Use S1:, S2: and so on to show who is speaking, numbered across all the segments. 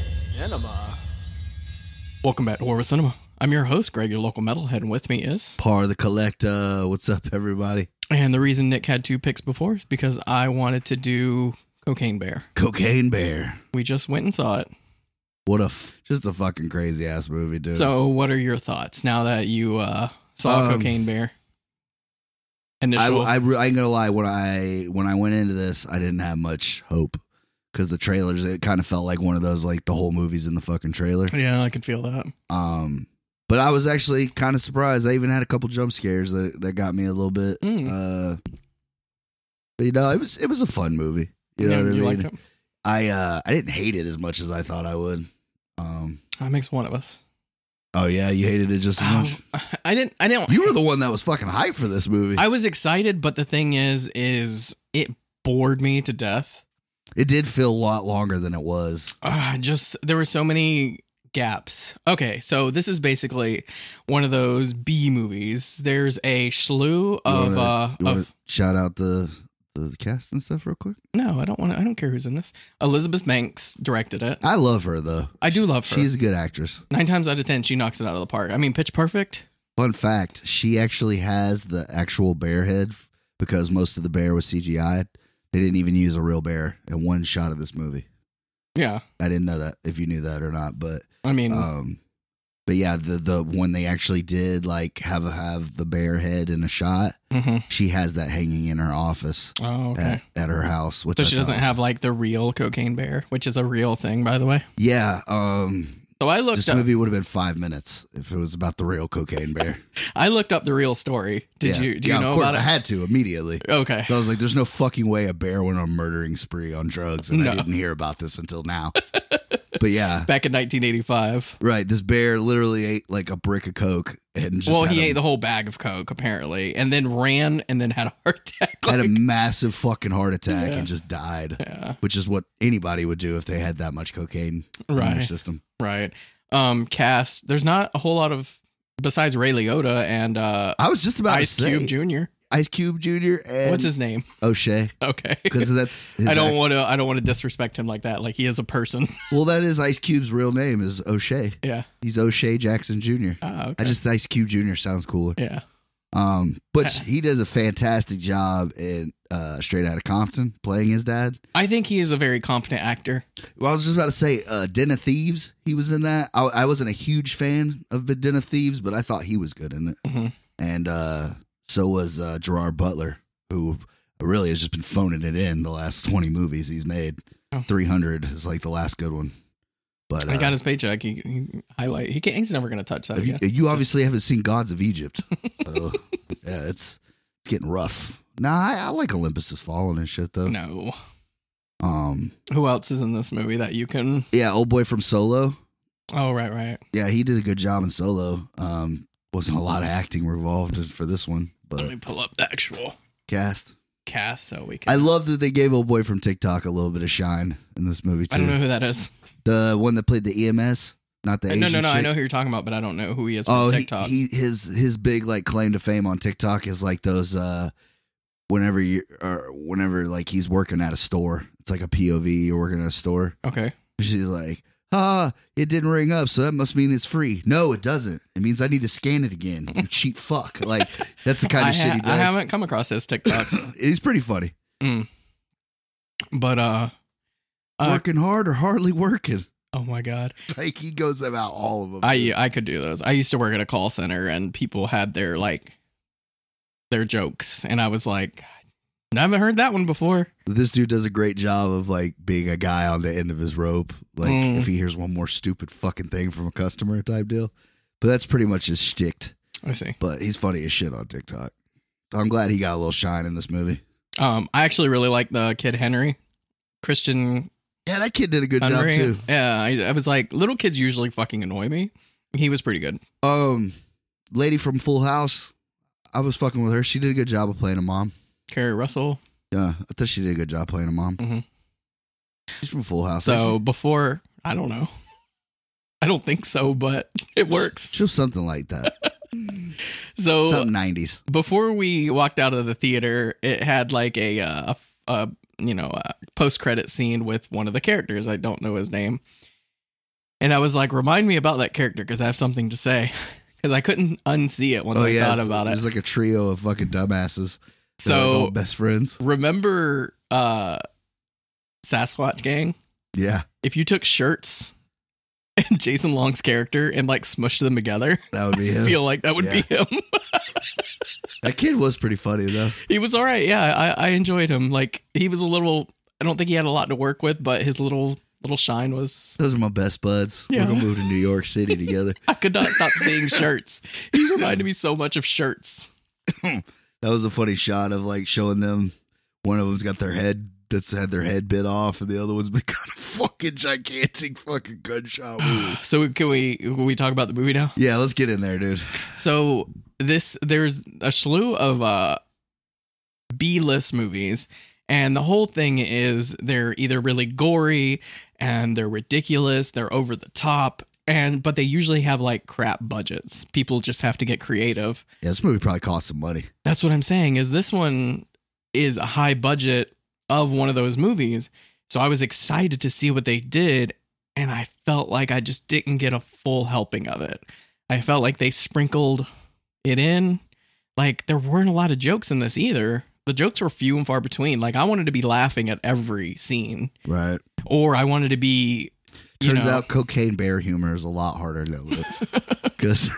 S1: Cinema. Welcome back to Horror with Cinema. I'm your host, Greg, your local metalhead, and with me is.
S2: Par the Collector. What's up, everybody?
S1: And the reason Nick had two picks before is because I wanted to do Cocaine Bear.
S2: Cocaine Bear.
S1: We just went and saw it.
S2: What a f- just a fucking crazy ass movie, dude.
S1: So, what are your thoughts now that you uh, saw
S2: Um,
S1: Cocaine Bear?
S2: I,
S1: Initial.
S2: I, re- I ain't gonna lie. When I when I went into this, I didn't have much hope because the trailers. It kind of felt like one of those like the whole movie's in the fucking trailer.
S1: yeah, I could feel that.
S2: Um, but I was actually kind of surprised. I even had a couple jump scares that that got me a little bit.
S1: Mm.
S2: Uh, but you know, it was it was a fun movie. You know
S1: Yeah,
S2: what I mean?
S1: liked it.
S2: I uh I didn't hate it as much as I thought I would. Um
S1: That Ah, makes one of us.
S2: oh yeah, you hated it just as much.
S1: Oh, I didn't. I didn't.
S2: You were the one that was fucking hyped for this movie.
S1: I was excited, but the thing is, is it bored me to death.
S2: it did feel a lot longer than it was.
S1: uh, just there were so many gaps. Okay, so this is basically one of those B movies. There's a slew
S2: You
S1: of
S2: wanna-
S1: uh
S2: You want
S1: of
S2: to shout out the the cast and stuff real quick?
S1: no, I don't want to. I don't care who's in this. Elizabeth Banks directed it.
S2: I love her though.
S1: I do love her.
S2: She's a good actress.
S1: Nine times out of ten, she knocks it out of the park. I mean, Pitch Perfect.
S2: Fun fact, she actually has the actual bear head f- because most of the bear was CGI. They didn't even use a real bear in one shot of this movie.
S1: Yeah,
S2: I didn't know that if you knew that or not, but
S1: I mean,
S2: Um, but yeah, the the when they actually did like have have the bear head in a shot,
S1: mhm.
S2: she has that hanging in her office
S1: oh okay.
S2: at, at her house, which
S1: so
S2: I
S1: she doesn't
S2: thought was-
S1: have like the real cocaine bear, which is a real thing, by the way.
S2: Yeah, um,
S1: So I looked
S2: this
S1: up.
S2: movie would have been five minutes if it was about the real cocaine bear.
S1: I looked up the real story. Did
S2: Yeah.
S1: you? Do
S2: Yeah,
S1: you know
S2: of course,
S1: about
S2: I
S1: it?
S2: had to immediately.
S1: Okay.
S2: I was like, "There's no fucking way a bear went on a murdering spree on drugs," and
S1: No.
S2: I didn't hear about this until now. but yeah,
S1: Back in 1985.
S2: right. This bear literally ate like a brick of coke and just
S1: well,
S2: had
S1: he
S2: a
S1: ate the whole bag of coke apparently, and then ran, and then had a heart attack.
S2: had a
S1: like-
S2: massive fucking heart attack
S1: Yeah.
S2: and just died,
S1: yeah,
S2: which is what anybody would do if they had that much cocaine in their
S1: right,
S2: system.
S1: right. Um, cast. There's not a whole lot of besides Ray Liotta and uh,
S2: I was just about
S1: Ice
S2: to say
S1: Cube Jr.
S2: Ice Cube Junior and
S1: What's his name?
S2: O'Shea
S1: Okay,
S2: because that's his
S1: I don't
S2: act-
S1: want to. I don't want to disrespect him like that. Like he is a person.
S2: well that is Ice Cube's real name is O'Shea.
S1: yeah.
S2: He's O'Shea Jackson Jr.
S1: Ah, okay.
S2: I just Ice Cube Jr. sounds cooler.
S1: yeah.
S2: Um, but he does a fantastic job in uh, Straight Outta Compton playing his dad.
S1: I think he is a very competent actor.
S2: Well, I was just about to say, uh, Den of Thieves. He was in that. I, I wasn't a huge fan of Den of Thieves, but I thought he was good in it.
S1: Mhm.
S2: And uh, so was uh, Gerard Butler, who really has just been phoning it in the last twenty movies he's made.
S1: Oh.
S2: Three hundred is like the last good one. But uh,
S1: I got his paycheck. He, he highlight. He can't, he's never going to touch that
S2: have you,
S1: again.
S2: you obviously haven't seen Gods of Egypt, so yeah, it's it's getting rough. Nah, I, I like Olympus Has Fallen and shit though.
S1: No.
S2: Um,
S1: Who else is in this movie that you can?
S2: yeah, old boy from Solo.
S1: Oh, right, right.
S2: yeah, he did a good job in solo. Um, wasn't a lot of acting revolved for this one,
S1: Let
S2: but
S1: me pull up the actual
S2: cast.
S1: cast so we can.
S2: I love that they gave old boy from TikTok a little bit of shine in this movie
S1: I don't know
S2: too.
S1: who that is.
S2: The one that played the EMS, not the
S1: Uh,
S2: Asian
S1: no, no, no. I
S2: chick.
S1: know who you're talking about, but I don't know who he is on
S2: Oh, he,
S1: TikTok.
S2: he his his big like claim to fame on TikTok is like those uh whenever you or whenever like he's working at a store. It's like a POV you're working at a store.
S1: okay.
S2: She's like, ah, it didn't ring up, so that must mean it's free. No, it doesn't. It means I need to scan it again. You cheap fuck. Like that's the kind
S1: I,
S2: of shit
S1: ha-
S2: he
S1: I
S2: does.
S1: haven't come across his TikToks,
S2: He's pretty funny.
S1: but uh, Uh,
S2: working hard or hardly working.
S1: oh my god,
S2: Like he goes about all of them.
S1: I I could do those. I used to work at a call center, and people had their like their jokes, and I was like, I haven't heard that one before.
S2: this dude does a great job of like being a guy on the end of his rope. Like
S1: Mm.
S2: if he hears one more stupid fucking thing from a customer type deal. But that's pretty much his shtick.
S1: I see.
S2: But he's funny as shit on TikTok. So I'm glad he got a little shine in this movie.
S1: Um, I actually really like the kid Henry, Christian
S2: Yeah, that kid did a good
S1: Henry.
S2: job too.
S1: Yeah, I, I was like, little kids usually fucking annoy me. He was pretty good.
S2: Um, lady from Full House, I was fucking with her. She did a good job of playing a mom.
S1: Carrie Russell.
S2: Yeah, I thought she did a good job playing a mom.
S1: Mhm.
S2: She's from Full House.
S1: So before, I don't know. I don't think so, but it works.
S2: she was something like that.
S1: So
S2: something nineties.
S1: before we walked out of the theater, it had like a, uh, a, a you know, a post credit scene with one of the characters. I don't know his name. And I was like, remind me about that character because I have something to say. Because I couldn't unsee it once I thought
S2: Oh, it's-
S1: about it.
S2: There's like a trio of fucking dumbasses. They're like all
S1: so
S2: best friends.
S1: remember uh Sasquatch Gang?
S2: Yeah,
S1: If you took shirts and Jason Long's character and like smushed them together,
S2: that would be
S1: I
S2: him.
S1: feel like that would be him.
S2: that kid was pretty funny though.
S1: he was all right. Yeah, I, I enjoyed him. Like he was a little. I don't think he had a lot to work with, but his little little shine was.
S2: Those are my best buds.
S1: Yeah.
S2: We're gonna move to New York City together.
S1: I could not stop seeing shirts. He reminded me so much of shirts.
S2: That was a funny shot of like showing them. One of them's got their head that's had their head bit off, and the other one's been got a fucking gigantic fucking gunshot wound.
S1: So can we can we talk about the movie now?
S2: yeah, let's get in there, dude.
S1: So this there's a slew of uh B list movies, and the whole thing is they're either really gory and they're ridiculous, they're over the top, and but they usually have like crap budgets. People just have to get creative.
S2: Yeah, this movie probably cost some money.
S1: That's what I'm saying is this one is a high budget of one of those movies. So I was excited to see what they did and I felt like I just didn't get a full helping of it. I felt like they sprinkled it in. Like there weren't a lot of jokes in this either. The jokes were few and far between. Like I wanted to be laughing at every scene
S2: Right.
S1: or I wanted to be you
S2: Turns
S1: know-
S2: out cocaine bear humor is a lot harder than it looks. Because,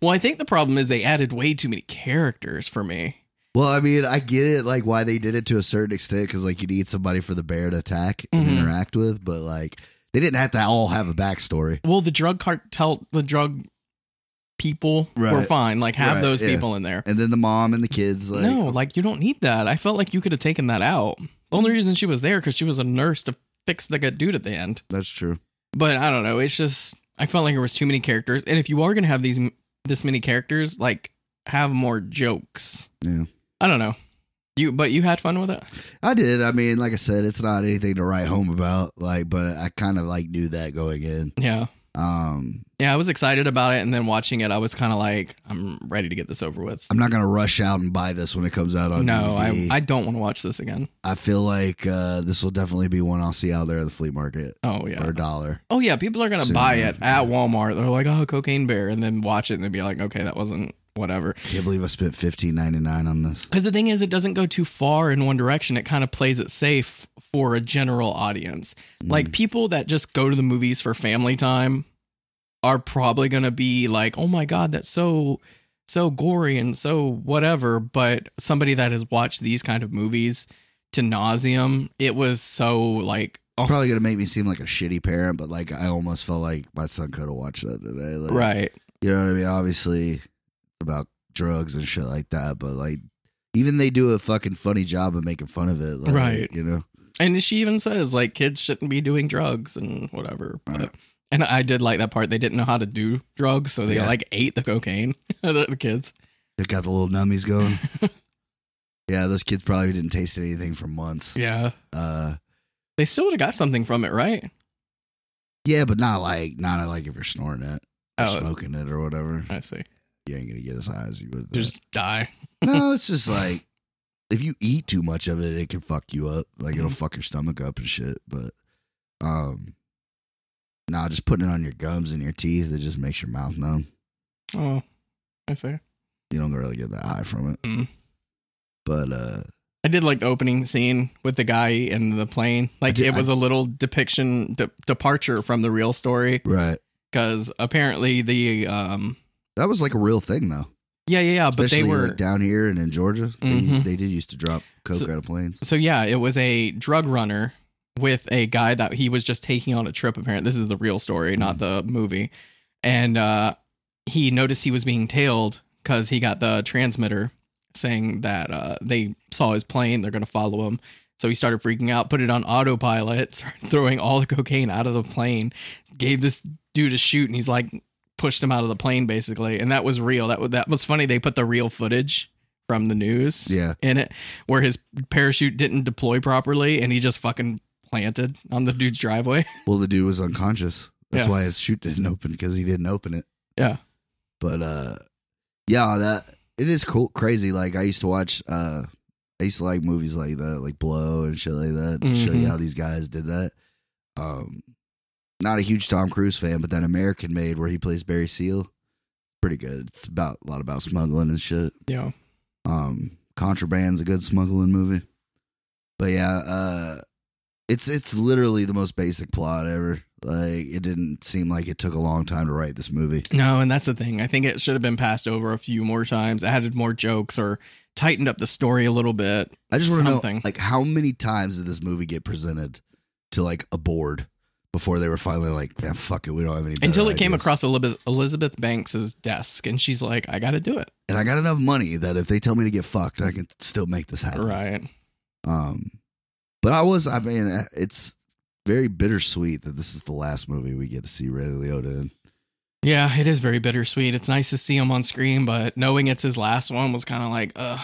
S1: Well, I think the problem is they added way too many characters for me.
S2: well, I mean, I get it, like why they did it to a certain extent, because like you need somebody for the bear to attack and
S1: Mhm.
S2: interact with, but like they didn't have to all have a backstory.
S1: well the drug cartel the drug people were
S2: Right.
S1: fine like have
S2: Right,
S1: those
S2: yeah.
S1: people in there
S2: And then the mom and the kids, like,
S1: no like you don't need that i felt like you could have taken that out the only reason she was there because she was a nurse to fix the good dude at the end
S2: that's true.
S1: but i don't know it's just i felt like there was too many characters and if you are gonna have these this many characters like have more jokes
S2: Yeah.
S1: i don't know you but you had fun with it
S2: I did. I mean, like I said, it's not anything to write home about, like, but I kind of like knew that going in.
S1: yeah
S2: Um,
S1: yeah i was excited about it and then watching it i was kind of like i'm ready to get this over with
S2: I'm not gonna rush out and buy this when it comes out on
S1: no
S2: DVD.
S1: I, I don't want to watch this again
S2: I feel like uh, this will definitely be one I'll see out there at the flea market
S1: oh yeah
S2: for a dollar.
S1: Oh yeah, people are gonna
S2: Soon
S1: buy
S2: enough,
S1: it
S2: yeah.
S1: at Walmart. They're like, "Oh, cocaine bear," and then watch it and they'd be like, "Okay, that wasn't whatever."
S2: Can't believe I spent fifteen ninety nine on this.
S1: Because the thing is, it doesn't go too far in one direction. It kind of plays it safe for a general audience.
S2: Mm.
S1: Like people that just go to the movies for family time are probably gonna be like, "Oh my god, that's so so gory and so whatever." But somebody that has watched these kind of movies to nauseum, it was so like,
S2: It's
S1: oh,
S2: probably gonna make me seem like a shitty parent, but like I almost felt like my son could have watched that today. Like,
S1: right,
S2: You know what I mean? Obviously about drugs and shit like that, but like even they do a fucking funny job of making fun of it. Like,
S1: Right.
S2: You know?
S1: And she even says like kids shouldn't be doing drugs and whatever. But,
S2: Right.
S1: And I did like that part. They didn't know how to do drugs, so they
S2: Yeah.
S1: like ate the cocaine. the the kids.
S2: They got the little nummies going. yeah, those kids probably didn't taste anything for months.
S1: Yeah.
S2: Uh
S1: They still would have got something from it, right?
S2: yeah, but not like not like if you're snorting it or
S1: Oh,
S2: smoking it or whatever.
S1: I see.
S2: You ain't gonna get as high as you would.
S1: Just die.
S2: No, it's just like if you eat too much of it, it can fuck you up. Like it'll
S1: Mhm.
S2: fuck your stomach up and shit. But um nah, just putting it on your gums and your teeth, it just makes your mouth numb.
S1: Oh, I see.
S2: You don't really get that high from it.
S1: Mm.
S2: But uh
S1: I did like the opening scene with the guy in the plane. Like
S2: did-
S1: it was a little depiction de- departure from the real story
S2: Right.
S1: because apparently the um
S2: That was like a real thing though.
S1: yeah yeah yeah but
S2: Especially
S1: they were
S2: like down here and in Georgia. They,
S1: Mhm.
S2: they did used to drop coke
S1: So-
S2: out of planes.
S1: So yeah, it was a drug runner with a guy that he was just taking on a trip. Apparently, this is the real story, not the movie. And uh, he noticed he was being tailed because he got the transmitter saying that uh, they saw his plane. They're going to follow him. So he started freaking out, put it on autopilot, started throwing all the cocaine out of the plane, gave this dude a shoot, and he's like pushed him out of the plane basically. And that was real. That wa- that was funny. They put the real footage from the news
S2: Yeah.
S1: in it where his parachute didn't deploy properly and he just fucking planted on the dude's driveway.
S2: Well, the dude was unconscious. That's
S1: Yeah.
S2: why his chute didn't open because he didn't open it.
S1: Yeah.
S2: But uh, yeah, that it is cool, crazy. Like I used to watch. uh I used to like movies
S1: Mm-hmm.
S2: like that, like Blow and shit like that. to Show you
S1: Mhm.
S2: how these guys did that. Um, not a huge Tom Cruise fan, but that American Made where he plays Barry Seal, pretty good. It's about a lot about smuggling and shit.
S1: Yeah.
S2: Um, Contraband's a good smuggling movie. But yeah, uh it's it's literally the most basic plot ever. Like it didn't seem like it took a long time to write this movie.
S1: No, and that's the thing. I think it should have been passed over a few more times, added more jokes, or tightened up the story a little bit.
S2: I just want to know
S1: Something.
S2: like how many times did this movie get presented to like a board before they were finally like, yeah, fuck it, we don't have any. better
S1: Until it came
S2: ideas."
S1: across Elib- Elizabeth Banks's desk, and she's like, "I got to do it."
S2: and I got enough money that if they tell me to get fucked, I can still make this happen.
S1: Right?
S2: Um, but I was, I mean, it's very bittersweet that this is the last movie we get to see Ray Liotta in.
S1: Yeah, it is very bittersweet. It's nice to see him on screen, but knowing it's his last one was kind of like, uh,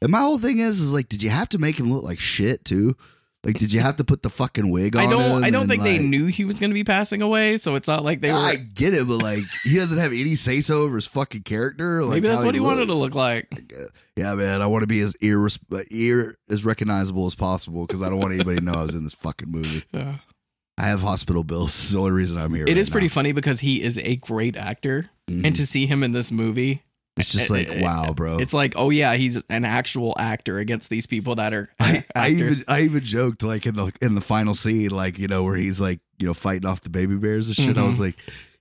S2: And my whole thing is, is like, did you have to make him look like shit too? Like, did you have to put the fucking wig on?
S1: I don't,
S2: him
S1: I don't
S2: and,
S1: think they
S2: like-
S1: knew he was going to be passing away, so it's not like they were.
S2: I get it, but like, he doesn't have any say so over his fucking character. Like,
S1: maybe that's
S2: how
S1: what he wanted to look
S2: looks.
S1: like.
S2: Yeah, man, I want to be as irres- ear as recognizable as possible because I don't want anybody to know I was in this fucking movie.
S1: Yeah.
S2: I have hospital bills. It's the only reason I'm here. Mm-hmm.
S1: It is pretty funny because he is a great actor, and to see him in this movie,
S2: It's just like, wow, bro.
S1: it's like, oh yeah, he's an actual actor against these people that are
S2: I, I
S1: actors.
S2: even I even joked like in the in the final scene, like you know where he's like you know fighting off the baby bears and shit. I
S1: Mm-hmm.
S2: was like,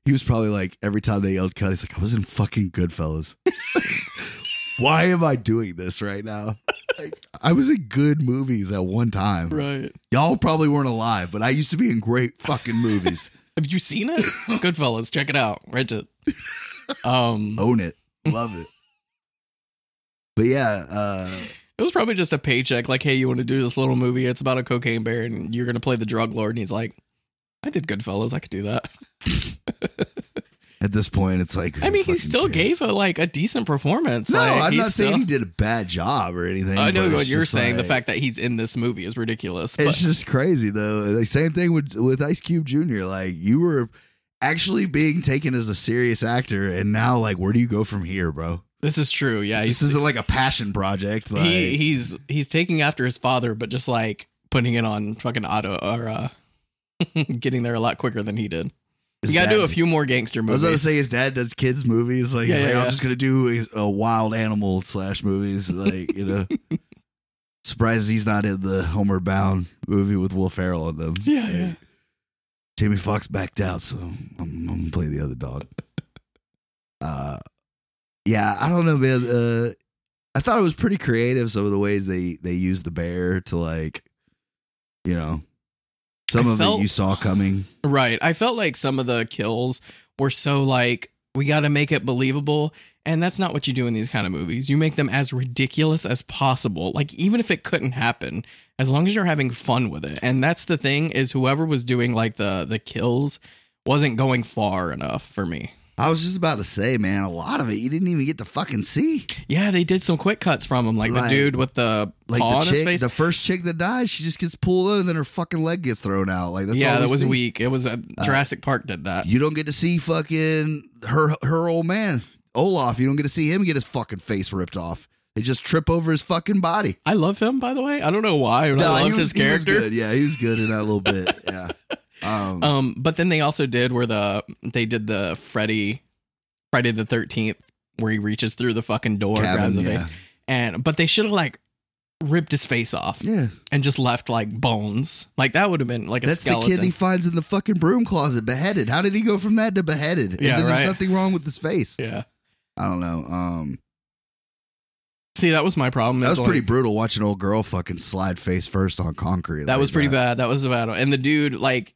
S2: he was probably like every time they yelled cut, he's like, I was in fucking Goodfellas. Why am I doing this right now? Like, I was in good movies at one time.
S1: right.
S2: Y'all probably weren't alive, but I used to be in great fucking movies.
S1: Have you seen it? Goodfellas, check it out. Rent it. Um,
S2: Own it, love it. But yeah, uh,
S1: it was probably just a paycheck. Like, hey, you want to do this little movie? It's about a cocaine bear, and you're gonna play the drug lord. And he's like, I did Goodfellas. I could do that.
S2: at this point, it's like
S1: I mean,
S2: who
S1: he
S2: fucking
S1: still
S2: cares?
S1: gave a, like a decent performance.
S2: No,
S1: Like,
S2: I'm
S1: he's
S2: not saying
S1: still-
S2: he did a bad job or anything.
S1: I know
S2: but
S1: what
S2: it's
S1: you're
S2: just
S1: saying. the
S2: like-
S1: fact that he's in this movie is ridiculous. But
S2: It's just crazy though. Like same thing with with Ice Cube Jr. Like you were actually being taken as a serious actor, and now like where do you go from here, bro?
S1: this is true. Yeah, he's
S2: This isn't like a passion project. Like
S1: he he's he's taking after his father, but just like putting it on fucking auto or uh, getting there a lot quicker than he did.
S2: his
S1: you gotta do
S2: dad-
S1: a few more gangster
S2: I was
S1: movies.
S2: about to say his dad does kids movies. Like, he's
S1: Yeah,
S2: like,
S1: yeah,
S2: I'm
S1: yeah.
S2: just gonna do a, a wild animal slash movies. Like you know, surprised he's not in the Homeward Bound movie with Will Ferrell on them.
S1: yeah,
S2: Like,
S1: yeah.
S2: Jamie Foxx backed out, so I'm, I'm gonna play the other dog. Uh, yeah, I don't know, man. Uh, I thought it was pretty creative some of the ways they they used the bear to like, you know, some
S1: I
S2: of
S1: felt-
S2: it you saw coming.
S1: Right. I felt like some of the kills were so like we got to make it believable, and that's not what you do in these kind of movies. You make them as ridiculous as possible. Like even if it couldn't happen, as long as you're having fun with it. And that's the thing is whoever was doing like the the kills wasn't going far enough for me.
S2: I was just about to say, man, a lot of it you didn't even get to fucking see.
S1: Yeah, they did some quick cuts from him, like, the
S2: Like-
S1: dude with the
S2: Like
S1: paw on
S2: the
S1: his
S2: chick,
S1: face.
S2: the first chick that dies, she just gets pulled out and then her fucking leg gets thrown out. Like that's all
S1: yeah,
S2: we
S1: that was
S2: see.
S1: weak. It was uh, Jurassic Park did that.
S2: You don't get to see fucking her her old man Olaf. You don't get to see him get his fucking face ripped off. They just trip over his fucking body.
S1: I love him, by the way. I don't know why. but
S2: Nah,
S1: I
S2: he
S1: loved
S2: was-
S1: his
S2: he was
S1: character.
S2: good. Yeah, he was good in that little bit. Yeah. Um,
S1: Um, but then they also did where the they did the Freddy Friday the Thirteenth where he reaches through the fucking door, grabs
S2: cabin,
S1: the
S2: yeah.
S1: face, and but they should have like ripped his face off
S2: yeah.
S1: and just left like bones. Like that would have been like a
S2: That's
S1: skeleton.
S2: the kid he finds in the fucking broom closet, beheaded. How did he go from that to beheaded? And
S1: Yeah,
S2: then
S1: right.
S2: there's nothing wrong with his face.
S1: yeah.
S2: I don't know. Um,
S1: See, that was my problem.
S2: that
S1: It's
S2: was pretty
S1: like-
S2: brutal watching old girl fucking slide face first on concrete.
S1: That
S2: like
S1: was pretty bad. That was bad. And the dude, like,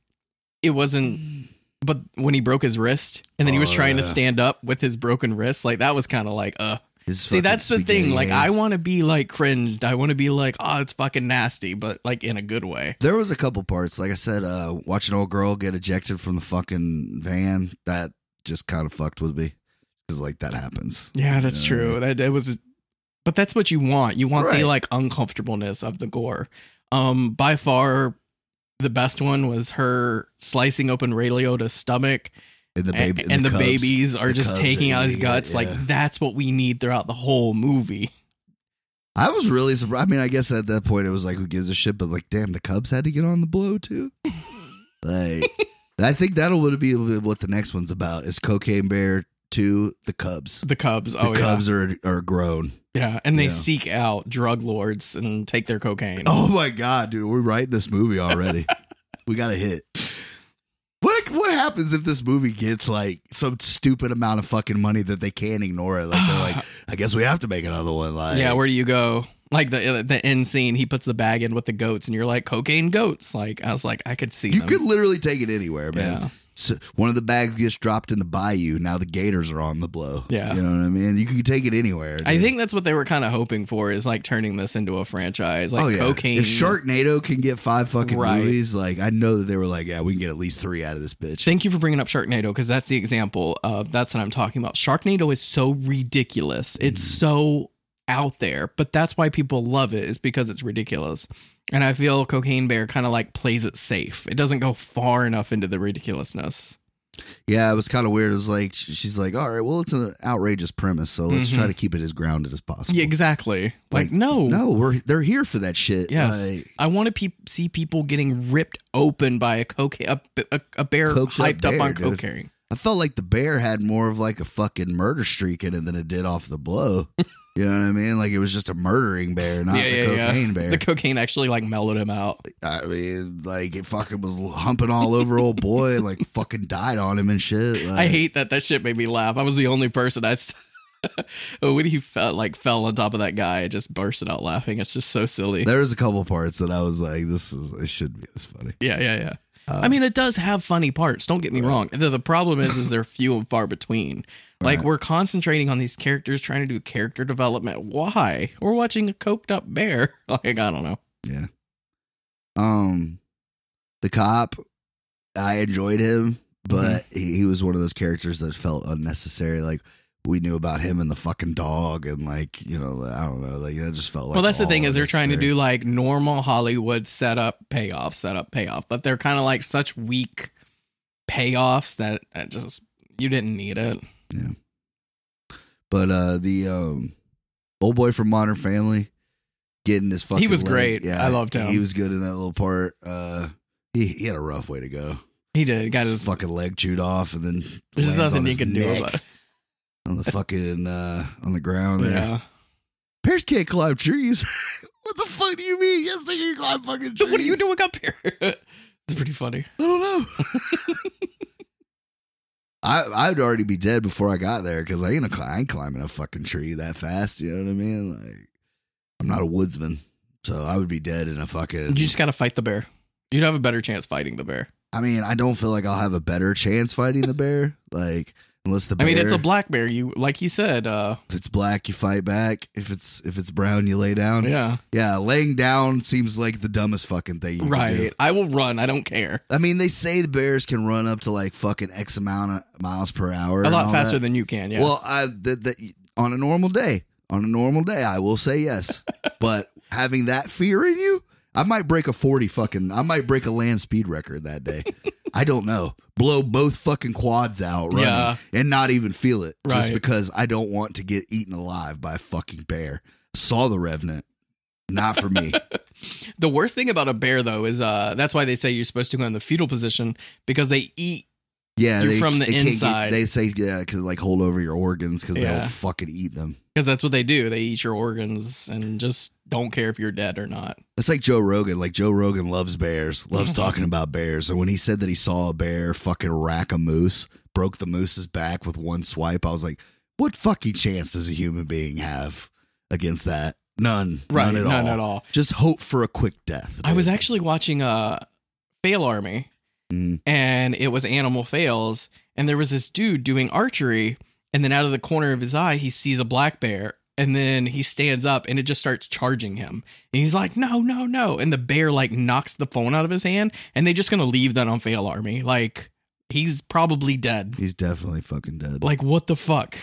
S1: it wasn't. But when he broke his wrist, and then he was
S2: Oh,
S1: trying to
S2: yeah.
S1: stand up with his broken wrist, like that was kind of like, uh.
S2: His
S1: See,
S2: fucking
S1: that's the
S2: spaghetti
S1: thing. Like,
S2: hands.
S1: I want to be like cringed. I want to be like, oh, it's fucking nasty, but like in a good way.
S2: There was a couple parts, like I said, uh, watching old girl get ejected from the fucking van. That just kind of fucked with me because like that happens.
S1: Yeah, that's
S2: Yeah.
S1: true. That it was, but that's what you want. You want
S2: Right.
S1: the like uncomfortableness of the gore. Um, by far, the best one was her slicing open Ray Liotta's stomach,
S2: And the
S1: a-
S2: baby,
S1: and, the,
S2: cubs.
S1: babies are
S2: The
S1: just
S2: cubs
S1: taking
S2: are
S1: out his
S2: eating it,
S1: guts.
S2: yeah.
S1: Like that's what we need throughout the whole movie.
S2: I was really surprised. I mean, I guess at that point it was like, who gives a shit? But like, damn, the Cubs had to get on the blow too. Like, I think that'll would be what the next one's about is Cocaine Bear Two: The Cubs.
S1: The Cubs.
S2: The
S1: oh
S2: Cubs are are grown.
S1: yeah, yeah, and they
S2: Yeah.
S1: seek out drug lords and take their cocaine.
S2: Oh my god, dude, we're writing this movie already. we got a hit. What what happens if this movie gets like some stupid amount of fucking money that they can't ignore it? Like they're like, I guess we have to make another one. Like,
S1: yeah. Where do you go? Like the the end scene, he puts the bag in with the goats, and you're like cocaine goats. Like I was like, I could see
S2: you
S1: them.
S2: could literally take it anywhere, man.
S1: yeah,
S2: So one of the bags gets dropped in the bayou. Now the gators are on the blow.
S1: Yeah.
S2: you know what I mean. You can take it anywhere.
S1: I
S2: dude.
S1: think that's what they were kind of hoping for is like turning this into a franchise, like
S2: oh yeah,
S1: cocaine.
S2: if Sharknado can get five fucking
S1: Right.
S2: movies, like I know that they were like, yeah, we can get at least three out of this bitch.
S1: Thank you for bringing up Sharknado because that's the example of that's what I'm talking about. Sharknado is so ridiculous. It's
S2: Mm.
S1: so out there, but that's why people love it is because it's ridiculous. And I feel Cocaine Bear kind of like plays it safe. It doesn't go far enough into the ridiculousness.
S2: Yeah, it was kind of weird. It was like sh- she's like, "All right, well, it's an outrageous premise, so let's
S1: Mhm.
S2: try to keep it as grounded as possible."
S1: Yeah, exactly. Like,
S2: Like,
S1: no,
S2: No, we're they're here for that shit.
S1: Yes.
S2: Like,
S1: I want to pe- see people getting ripped open by a cocaine a, a, a bear
S2: Coked up
S1: hyped up,
S2: bear,
S1: on
S2: dude.
S1: cocaine.
S2: I felt like the bear had more of like a fucking murder streak in it than it did off the blow. you know what I mean? Like it was just a murdering bear, not
S1: Yeah,
S2: the
S1: yeah, yeah.
S2: cocaine bear.
S1: The cocaine actually like mellowed him out.
S2: I mean, like it fucking was humping all over old boy, and like fucking died on him and shit.
S1: I
S2: Like,
S1: hate that. That shit made me laugh. I was the only person I. s- Oh, when he felt like fell on top of that guy, I just bursted out laughing. It's just so silly.
S2: There was a couple parts that I was like, "This is it shouldn't be this funny."
S1: yeah, yeah, yeah.
S2: Uh,
S1: I mean, it does have funny parts. Don't get me
S2: Right.
S1: wrong. The, the problem is, is they're few and far between. Like
S2: Right.
S1: we're concentrating on these characters, trying to do character development. Why? We're watching a coked up bear. Like I don't know.
S2: Um, the cop, I enjoyed him,
S1: Mm-hmm.
S2: but he, he was one of those characters that felt unnecessary. Like we knew about him and the fucking dog, and like you know, I don't know, like that just felt like. oh,
S1: well, that's the
S2: all
S1: thing is they're trying to
S2: unnecessary.
S1: do like normal Hollywood setup, payoff, setup, payoff, but they're kind of like such weak payoffs that it just you didn't need it.
S2: But uh, the um, old boy from Modern Family getting his fucking.
S1: was
S2: leg-
S1: great. I loved him.
S2: He was good in that little part. Uh, he, he had a rough way to go.
S1: He did. Got
S2: His
S1: his.
S2: fucking leg chewed off, and then
S1: There's
S2: lands
S1: nothing
S2: on
S1: you
S2: his
S1: can do
S2: neck
S1: about it.
S2: on the fucking uh, on the ground there.
S1: Yeah.
S2: Bears can't climb trees. what the fuck do you mean? Yes, they can climb fucking trees.
S1: What are you doing up here? it's pretty funny.
S2: I don't know. I I'd already be dead before I got there because I ain't a cli- I ain't climbing a fucking tree that fast. You know what I mean? Like I'm not a woodsman, so I would be dead in a fucking.
S1: You just got to fight the bear. You'd have a better chance fighting the bear.
S2: I mean, I don't feel like I'll have a better chance fighting the bear. Like unless the
S1: I
S2: bear,
S1: mean, it's a black bear. You like he said. uh
S2: if it's black, you fight back. If it's if it's brown, you lay down.
S1: Yeah.
S2: Yeah, laying down seems like the dumbest fucking thing. You could do.
S1: Right. I will run. I don't care.
S2: I mean, they say the Bears can run up to like fucking X amount of miles per hour.
S1: A lot faster than you can. Yeah.
S2: Well, I that that on a normal day, on a normal day, I will say yes. but having that fear in you, I might break a forty fucking. I might break a land speed record that day. I don't know. Blow both fucking quads out, running,
S1: Yeah.
S2: and not even feel it,
S1: Right.
S2: just because I don't want to get eaten alive by a fucking bear. Saw the Revenant. Not for me.
S1: The worst thing about a bear, though, is uh, that's why they say you're supposed to go in the fetal position because they eat.
S2: Yeah,
S1: You're
S2: they,
S1: from the
S2: they can't get-
S1: inside.
S2: they say yeah, because like hold over your organs because
S1: Yeah.
S2: they'll fucking eat them.
S1: Because that's what they do. They eat your organs and just don't care if you're dead or not.
S2: It's like Joe Rogan. Like Joe Rogan loves bears, loves talking about bears. And when he said that he saw a bear fucking rack a moose, broke the moose's back with one swipe, I was like, what fucking chance does a human being have against that? None.
S1: Right.
S2: None at
S1: none
S2: all.
S1: at all.
S2: Just hope for a quick death.
S1: I was
S2: dude.
S1: actually watching uh, Fail Army
S2: Mm.
S1: and it was Animal Fails. And there was this dude doing archery. And then out of the corner of his eye, he sees a black bear. And then he stands up and it just starts charging him. And he's like, no, no, no. And the bear like knocks the phone out of his hand. And they're just going to leave that on Fail Army. Like, he's probably dead.
S2: He's definitely fucking dead.
S1: Like, what the fuck?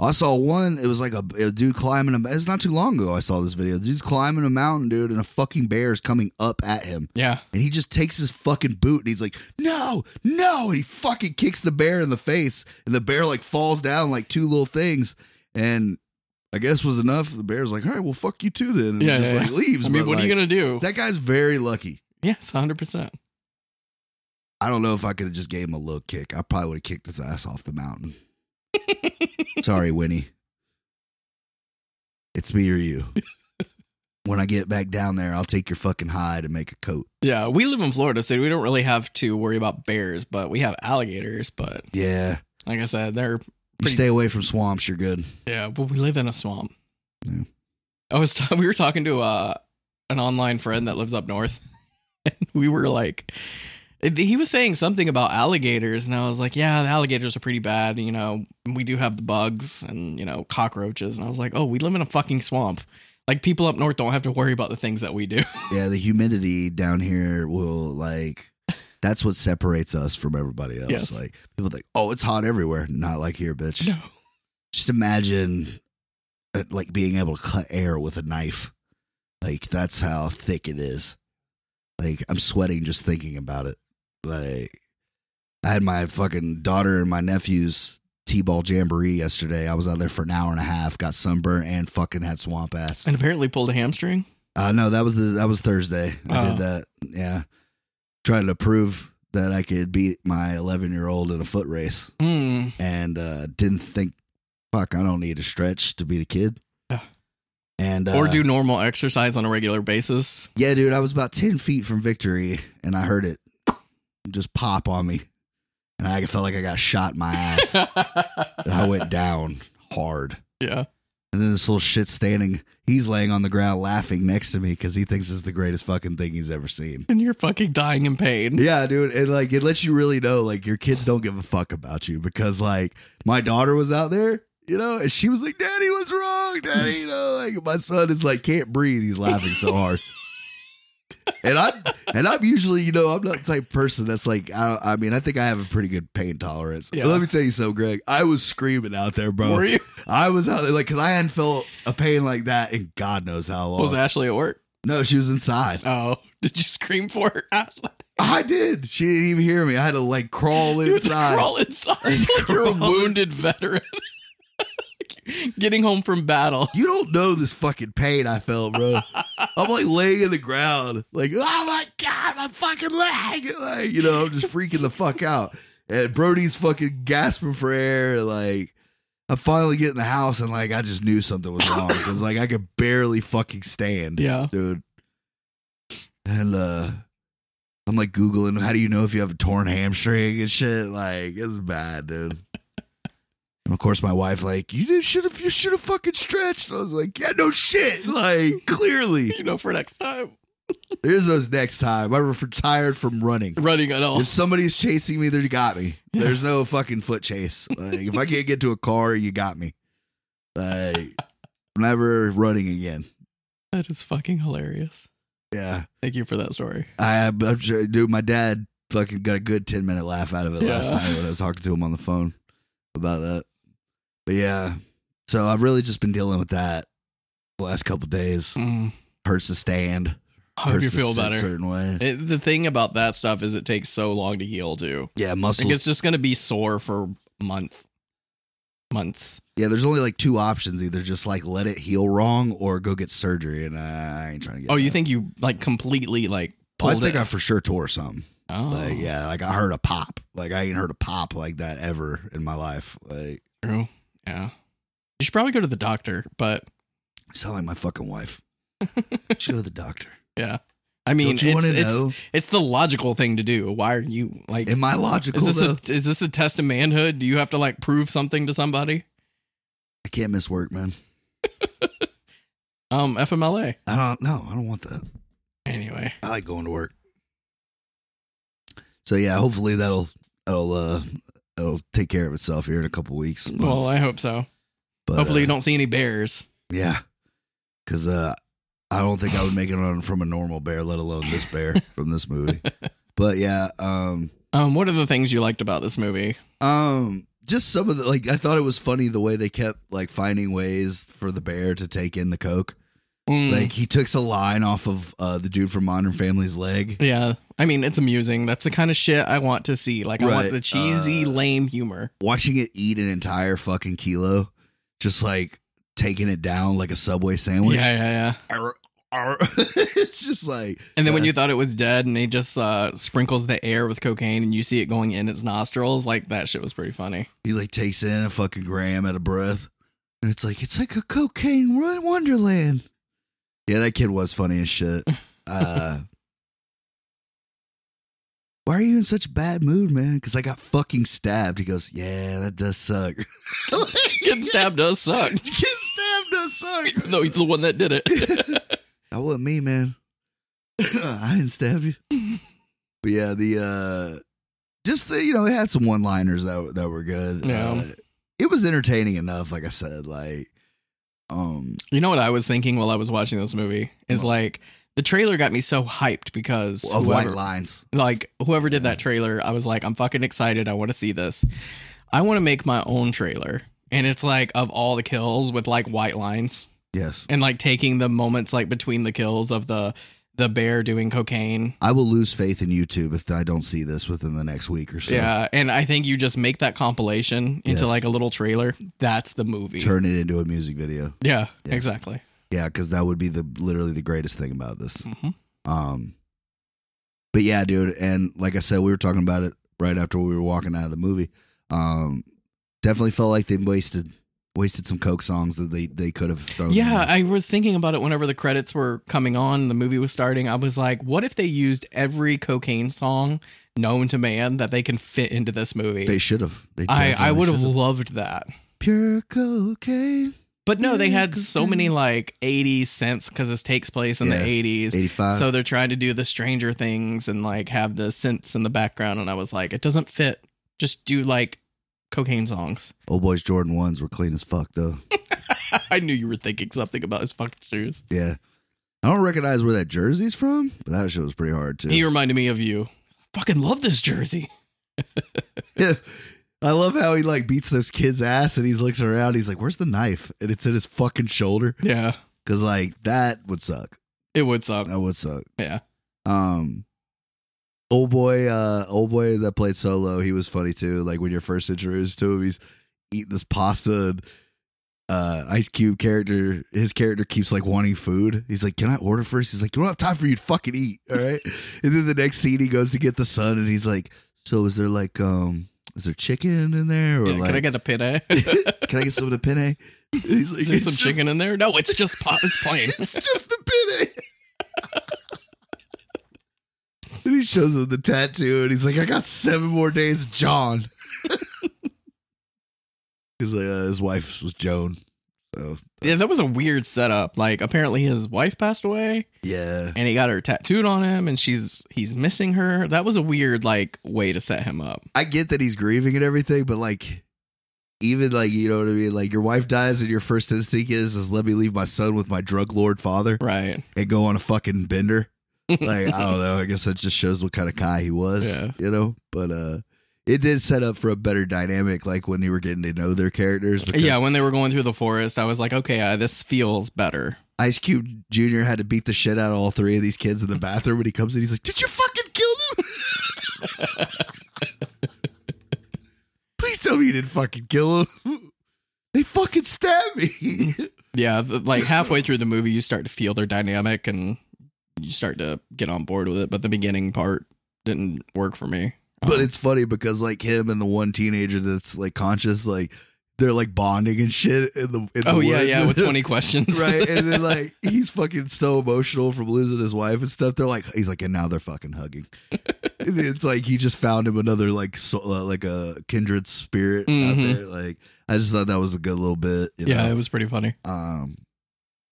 S2: I saw one. It was like a, a dude climbing a. It's not too long ago. I saw this video. The dude's climbing a mountain, dude, and a fucking bear is coming up at him,
S1: Yeah.
S2: and he just takes his fucking boot and he's like, "No, no!" And he fucking kicks the bear in the face, and the bear like falls down like two little things, and I guess was enough. The bear's like, "All right, well, fuck you too then," and
S1: Yeah,
S2: just
S1: yeah,
S2: like leaves.
S1: I mean,
S2: but,
S1: what are you going
S2: like,
S1: to do?
S2: That guy's very lucky.
S1: yes, 100%.
S2: I don't know if I could have just gave him a low kick. I probably would have kicked his ass off the mountain. Sorry, Winnie. It's me or you. When I get back down there, I'll take your fucking hide and make a coat.
S1: Yeah, we live in Florida, so we don't really have to worry about bears, but we have alligators. But
S2: Yeah.
S1: like I said, they're
S2: You
S1: Pretty-
S2: stay away from swamps, you're good.
S1: yeah. But we live in a swamp.
S2: Yeah.
S1: I was t- we were talking to uh, an online friend that lives up north, and we were like, he was saying something about alligators, and I was like, yeah, the alligators are pretty bad. You know, we do have the bugs and you know cockroaches, and I was like, oh, we live in a fucking swamp. Like people up north don't have to worry about the things that we do.
S2: Yeah, the humidity down here will like that's what separates us from everybody else.
S1: Yes.
S2: Like people think, oh, it's hot everywhere. Not like here, bitch.
S1: No.
S2: Just imagine uh, like being able to cut air with a knife. Like that's how thick it is. Like I'm sweating just thinking about it. Like I had my fucking daughter and my nephews t-ball jamboree yesterday. I was out there for an hour and a half, got sunburnt and fucking had swamp ass.
S1: And apparently pulled a hamstring.
S2: Uh, no, that was the that was Thursday. I
S1: Oh.
S2: did that. Yeah, trying to prove that I could beat my 11 year old in a foot race,
S1: Hmm.
S2: and uh, didn't think, fuck, I don't need to stretch to beat a kid.
S1: Yeah.
S2: And uh,
S1: or do normal exercise on a regular basis.
S2: yeah, dude, I was about 10 feet from victory, and I heard it just pop on me, and I felt like I got shot in my ass, and I went down hard.
S1: yeah.
S2: And then this little shit standing, he's laying on the ground laughing next to me because he thinks it's the greatest fucking thing he's ever seen.
S1: And you're fucking dying in pain.
S2: Yeah, dude, and like it lets you really know like your kids don't give a fuck about you because like my daughter was out there, you know, and she was like, "Daddy, what's wrong, Daddy?" You know, like my son is like can't breathe, he's laughing so hard. and I and I'm usually, you know, I'm not the type of person that's like, I, I mean, I think I have a pretty good pain tolerance.
S1: Yeah.
S2: But let me tell you something, Greg. I was screaming out there, bro.
S1: Were you?
S2: I was out there like because I hadn't felt a pain like that in God knows how long.
S1: Was Ashley at work?
S2: No, she was inside.
S1: Oh, did you scream for her? Ashley,
S2: I did. She didn't even hear me. I had to like crawl
S1: you had to
S2: inside.
S1: crawl inside
S2: I
S1: like you're a
S2: crawled.
S1: wounded veteran getting home from battle.
S2: You don't know this fucking pain I felt, bro. I'm like laying in the ground, like, oh my God, my fucking leg. Like, you know, I'm just freaking the fuck out. And Brody's fucking gasping for air. Like, I finally get in the house and like I just knew something was wrong because like I could barely fucking stand.
S1: Yeah.
S2: dude. And uh I'm like Googling how do you know if you have a torn hamstring and shit? Like, it's bad, dude. And of course my wife like, you should have you should have fucking stretched. And I was like, Yeah, no shit. Like, clearly.
S1: You know, for next time.
S2: There's those next time. I retired from running.
S1: Running at all.
S2: If somebody's chasing me, they got me.
S1: Yeah.
S2: There's no fucking foot chase. Like if I can't get to a car, you got me. Like I'm never running again.
S1: That is fucking hilarious.
S2: Yeah.
S1: Thank you for that story.
S2: I, I'm sure, dude. My dad fucking got a good ten minute laugh out of it last
S1: Yeah.
S2: night when I was talking to him on the phone about that. But yeah, so I've really just been dealing with that the last couple days.
S1: Mm,
S2: Hurts to stand.
S1: I hope
S2: hurts
S1: you
S2: to
S1: feel
S2: sit a
S1: better.
S2: certain way.
S1: It, the thing about that stuff is it takes so long to heal, too.
S2: Yeah,
S1: Like
S2: muscles.
S1: it's just gonna be sore for month, months.
S2: yeah, there's only like two options: either just like let it heal wrong, or go get surgery. And I, I ain't trying to get.
S1: Oh, you
S2: that.
S1: think you like completely like
S2: Oh, I
S1: pulled
S2: think
S1: it?
S2: I for sure tore something.
S1: oh,
S2: Like, yeah, like I heard a pop. Like I ain't heard a pop like that ever in my life. Like.
S1: true. Yeah, you should probably go to the doctor. But
S2: I sound like my fucking wife. She go to the doctor.
S1: yeah, I mean,
S2: Don't you want
S1: it's,
S2: to
S1: it's,
S2: know?
S1: it's the logical thing to do. Why are you like?
S2: Am I logical
S1: Is this
S2: though?
S1: a is this a test of manhood? Do you have to like prove something to somebody?
S2: I can't miss work, man.
S1: Um, FMLA.
S2: I don't. No, I don't want that.
S1: Anyway,
S2: I like going to work. So yeah, hopefully that'll that'll uh that'll take care of itself here in a couple weeks. Months.
S1: well, I hope so.
S2: But,
S1: Hopefully,
S2: uh,
S1: you don't see any bears.
S2: Yeah, because uh, I don't think I would make it on from a normal bear, let alone this bear from this movie. But yeah, um,
S1: Um, what are the things you liked about this movie?
S2: Um, just some of the like I thought it was funny the way they kept like finding ways for the bear to take in the coke.
S1: Mm,
S2: Like he took a line off of uh the dude from Modern Family's leg.
S1: yeah, I mean, it's amusing. That's the kind of shit I want to see. Like, I want
S2: Right,
S1: the cheesy,
S2: uh,
S1: lame humor.
S2: Watching it eat an entire fucking kilo, just like taking it down like a subway sandwich.
S1: Yeah, yeah, yeah.
S2: Arr- "Arr." it's just like uh,
S1: And then when
S2: Yeah.
S1: you thought it was dead and he just uh, sprinkles the air with cocaine and you see it going in its nostrils, like that shit was pretty funny.
S2: he like takes in a fucking gram at a breath, and it's like it's like a cocaine wo- wonderland. Yeah, that kid was funny as shit. Uh, why are you in such a bad mood, man? Because I got fucking stabbed. He goes, yeah, that does suck.
S1: Getting stabbed does suck.
S2: Getting stabbed does suck.
S1: No, he's the one that did it.
S2: That wasn't me, man. I didn't stab you. but yeah, the uh just the, you know, it had some one liners that that were good.
S1: Yeah.
S2: Uh, it was entertaining enough, like I said. Like um
S1: you know what I was thinking while I was watching this movie is
S2: What?
S1: like the trailer got me so hyped because
S2: of white
S1: whoever-
S2: lines.
S1: like whoever did
S2: Yeah.
S1: that trailer i was like i'm fucking excited i want to see this i want to make my own trailer and it's like of all the kills with like white lines
S2: Yes.
S1: and like taking the moments like between the kills of the the bear doing cocaine
S2: I will lose faith in YouTube if I don't see this within the next week or so.
S1: yeah and i think you just make that compilation into
S2: Yes.
S1: like a little trailer that's the movie
S2: Turn it into a music video.
S1: yeah
S2: Yes.
S1: exactly
S2: Yeah, because that would be the literally the greatest thing about this.
S1: hmm
S2: Um, but yeah, dude, and like I said, we were talking about it right after we were walking out of the movie. Um, definitely felt like they wasted wasted some Coke songs that they they could have thrown. in
S1: yeah
S2: there.
S1: i was thinking about it whenever the credits were coming on the movie was starting i was like what if they used every cocaine song known to man that they can fit into this movie
S2: they should have. They
S1: I, I
S2: definitely
S1: would have
S2: should've.
S1: loved that.
S2: pure cocaine.
S1: But no, they had
S2: Miracle
S1: so many like 80 cents because this takes place in
S2: Mm-hmm. Yeah, uh,
S1: the 80s.
S2: Eighty five.
S1: So they're trying to do the Stranger Things and like have the synths in the background. And I was like, it doesn't fit. Just do like cocaine songs.
S2: Old boys Jordan ones were clean as fuck though.
S1: I knew you were thinking something about his fucking shoes.
S2: yeah, I don't recognize where that jersey's from, but that shit was pretty hard too.
S1: He reminded me of you. I fucking love this jersey.
S2: Yeah. I love how he like beats those kids' ass and he looks around. He's like, "Where's the knife?" And it's in his fucking shoulder.
S1: Yeah,
S2: Cause like that would suck.
S1: it would suck.
S2: That would suck.
S1: Yeah.
S2: Um. Old boy, uh, old boy that played solo, he was funny too. Like when you're first introduced to him, he's eating this pasta. And, uh, Ice Cube character, his character keeps like wanting food. He's like, "Can I order first? He's like, "You don't have time for you to fucking eat." All right. and then the next scene, he goes to get the son, and he's like, "So is there like um, is there chicken in there or
S1: Yeah,
S2: like
S1: can I get a penne?
S2: can I get some of the penne?" And he's like,
S1: Is there
S2: "It's
S1: some
S2: just-
S1: chicken in there? No, it's just pot. It's plain.
S2: it's just the penne. and he shows him the tattoo, and he's like, "I got seven more days, John." He's like, uh, his wife was Joan. So
S1: yeah, that was a weird setup. Like apparently his wife passed away.
S2: yeah,
S1: and he got her tattooed on him and she's he's missing her that was a weird like way to set him up
S2: I get that he's grieving and everything, but like, even like you know what I mean. Like your wife dies, and your first instinct is is let me leave my son with my drug lord father
S1: right
S2: and go on a fucking bender. like I don't know. I guess that just shows what kind of guy he was.
S1: Yeah.
S2: You know, but uh, it did set up for a better dynamic, like when they were getting to know their characters. Because
S1: yeah when they were going through the forest i was like okay uh, this feels better
S2: Ice Cube Jr. had to beat the shit out of all three of these kids in the bathroom when he comes in. He's like, "Did you fucking kill them? Please tell me you didn't fucking kill them. They fucking stabbed me."
S1: yeah th like halfway through the movie you start to feel their dynamic and you start to get on board with it but the beginning part didn't work for me
S2: But it's funny because like him and the one teenager that's like conscious, like they're like bonding and shit in the in the
S1: oh yeah
S2: woods.
S1: yeah with 20 questions
S2: right? And then like he's fucking so emotional from losing his wife and stuff. They're like, he's like, and now they're fucking hugging. and it's like he just found him another like so, uh, like a kindred spirit out
S1: Mhm.
S2: there. Like I just thought that was a good little bit. You
S1: yeah
S2: know?
S1: it was pretty funny
S2: Um,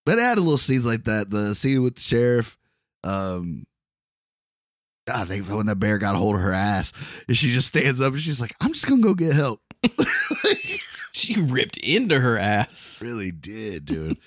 S2: but it had a little scenes like that. The scene with the sheriff. Um, God, they when that bear got a hold of her ass, and she just stands up and she's like, "I'm just gonna go get help."
S1: she ripped into her ass
S2: really did, dude.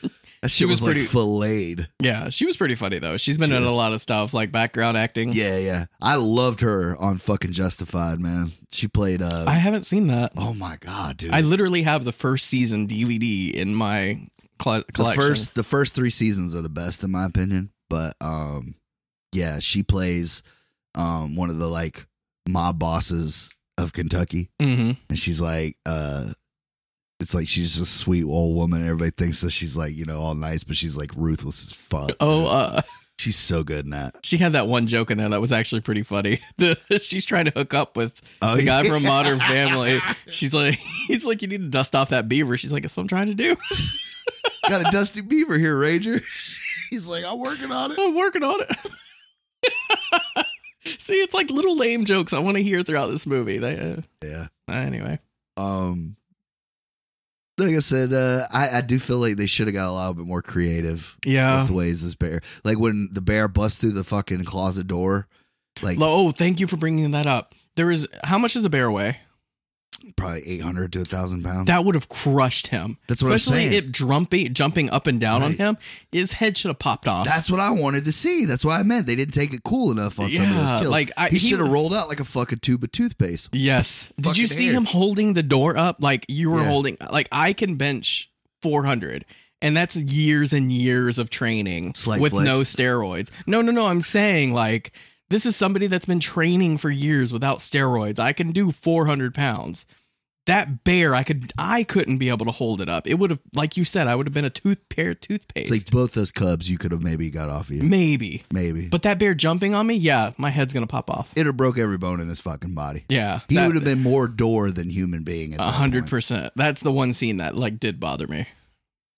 S2: That
S1: She
S2: shit
S1: was
S2: was, like
S1: pretty-
S2: filleted.
S1: yeah she was pretty funny though she's been
S2: She
S1: in
S2: is.
S1: a lot of stuff like background acting
S2: Yeah, yeah. I loved her on fucking Justified, man. She played uh
S1: i haven't seen that
S2: Oh my god, dude.
S1: I literally have the first season DVD in my cl-
S2: the
S1: collection.
S2: first the first 3 seasons are the best in my opinion, but um yeah, she plays um one of the like mob bosses of Kentucky
S1: Mhm.
S2: and she's like uh It's like she's just a sweet old woman. Everybody thinks that she's like, you know, all nice, but she's like ruthless as fuck.
S1: Oh,
S2: dude.
S1: uh,
S2: she's so good in that.
S1: she had that one joke in there that was actually pretty funny. The, she's trying to hook up with
S2: Oh,
S1: the guy
S2: yeah.
S1: from Modern Family. She's like, he's like, you need to dust off that beaver. She's like, that's what I'm trying to do.
S2: Got a Dusty Beaver here, Ranger. He's like, I'm working on it.
S1: I'm working on it. See, it's like little lame jokes I want to hear throughout this movie. They, uh,
S2: Yeah.
S1: anyway,
S2: Um, like I said, uh, I, I do feel like they should have got a little bit more creative
S1: yeah.
S2: with ways this bear. Like when the bear busts through the fucking closet door, like
S1: Lo- oh, thank you for bringing that up. There is how much does a bear weigh?
S2: probably 800 to 1,000 pounds.
S1: That would have crushed him.
S2: Um, That's what I'm
S1: Especially
S2: saying.
S1: if Drumpy jumping up and down on
S2: Right.
S1: him, his head should have popped off.
S2: That's what I wanted to see. That's what I meant. They didn't take it cool enough on some of
S1: Yeah,
S2: those kills.
S1: like, I-
S2: he,
S1: he-
S2: should have rolled out like a fucking tube of toothpaste.
S1: yes. Did
S2: Fucking
S1: you see
S2: hair.
S1: him holding the door up like you were
S2: Yeah.
S1: holding? Like I can bench 400, and that's years and years of training
S2: Slight
S1: with
S2: flex.
S1: no steroids. No, no, no. I'm saying like this is somebody that's been training for years without steroids. I can do 400 pounds. That bear, I could, I couldn't be able to hold it up. It would have, like you said, I would have been a tooth pair of toothpaste.
S2: It's like both those cubs you could have maybe got off you.
S1: Maybe.
S2: Maybe.
S1: But that bear jumping on me, yeah, my head's gonna pop off.
S2: It'd have broke every bone in his fucking body.
S1: yeah,
S2: He
S1: that-
S2: would have been more door than human being. At
S1: a
S2: that
S1: hundred
S2: point.
S1: percent. That's the one scene that like did bother me.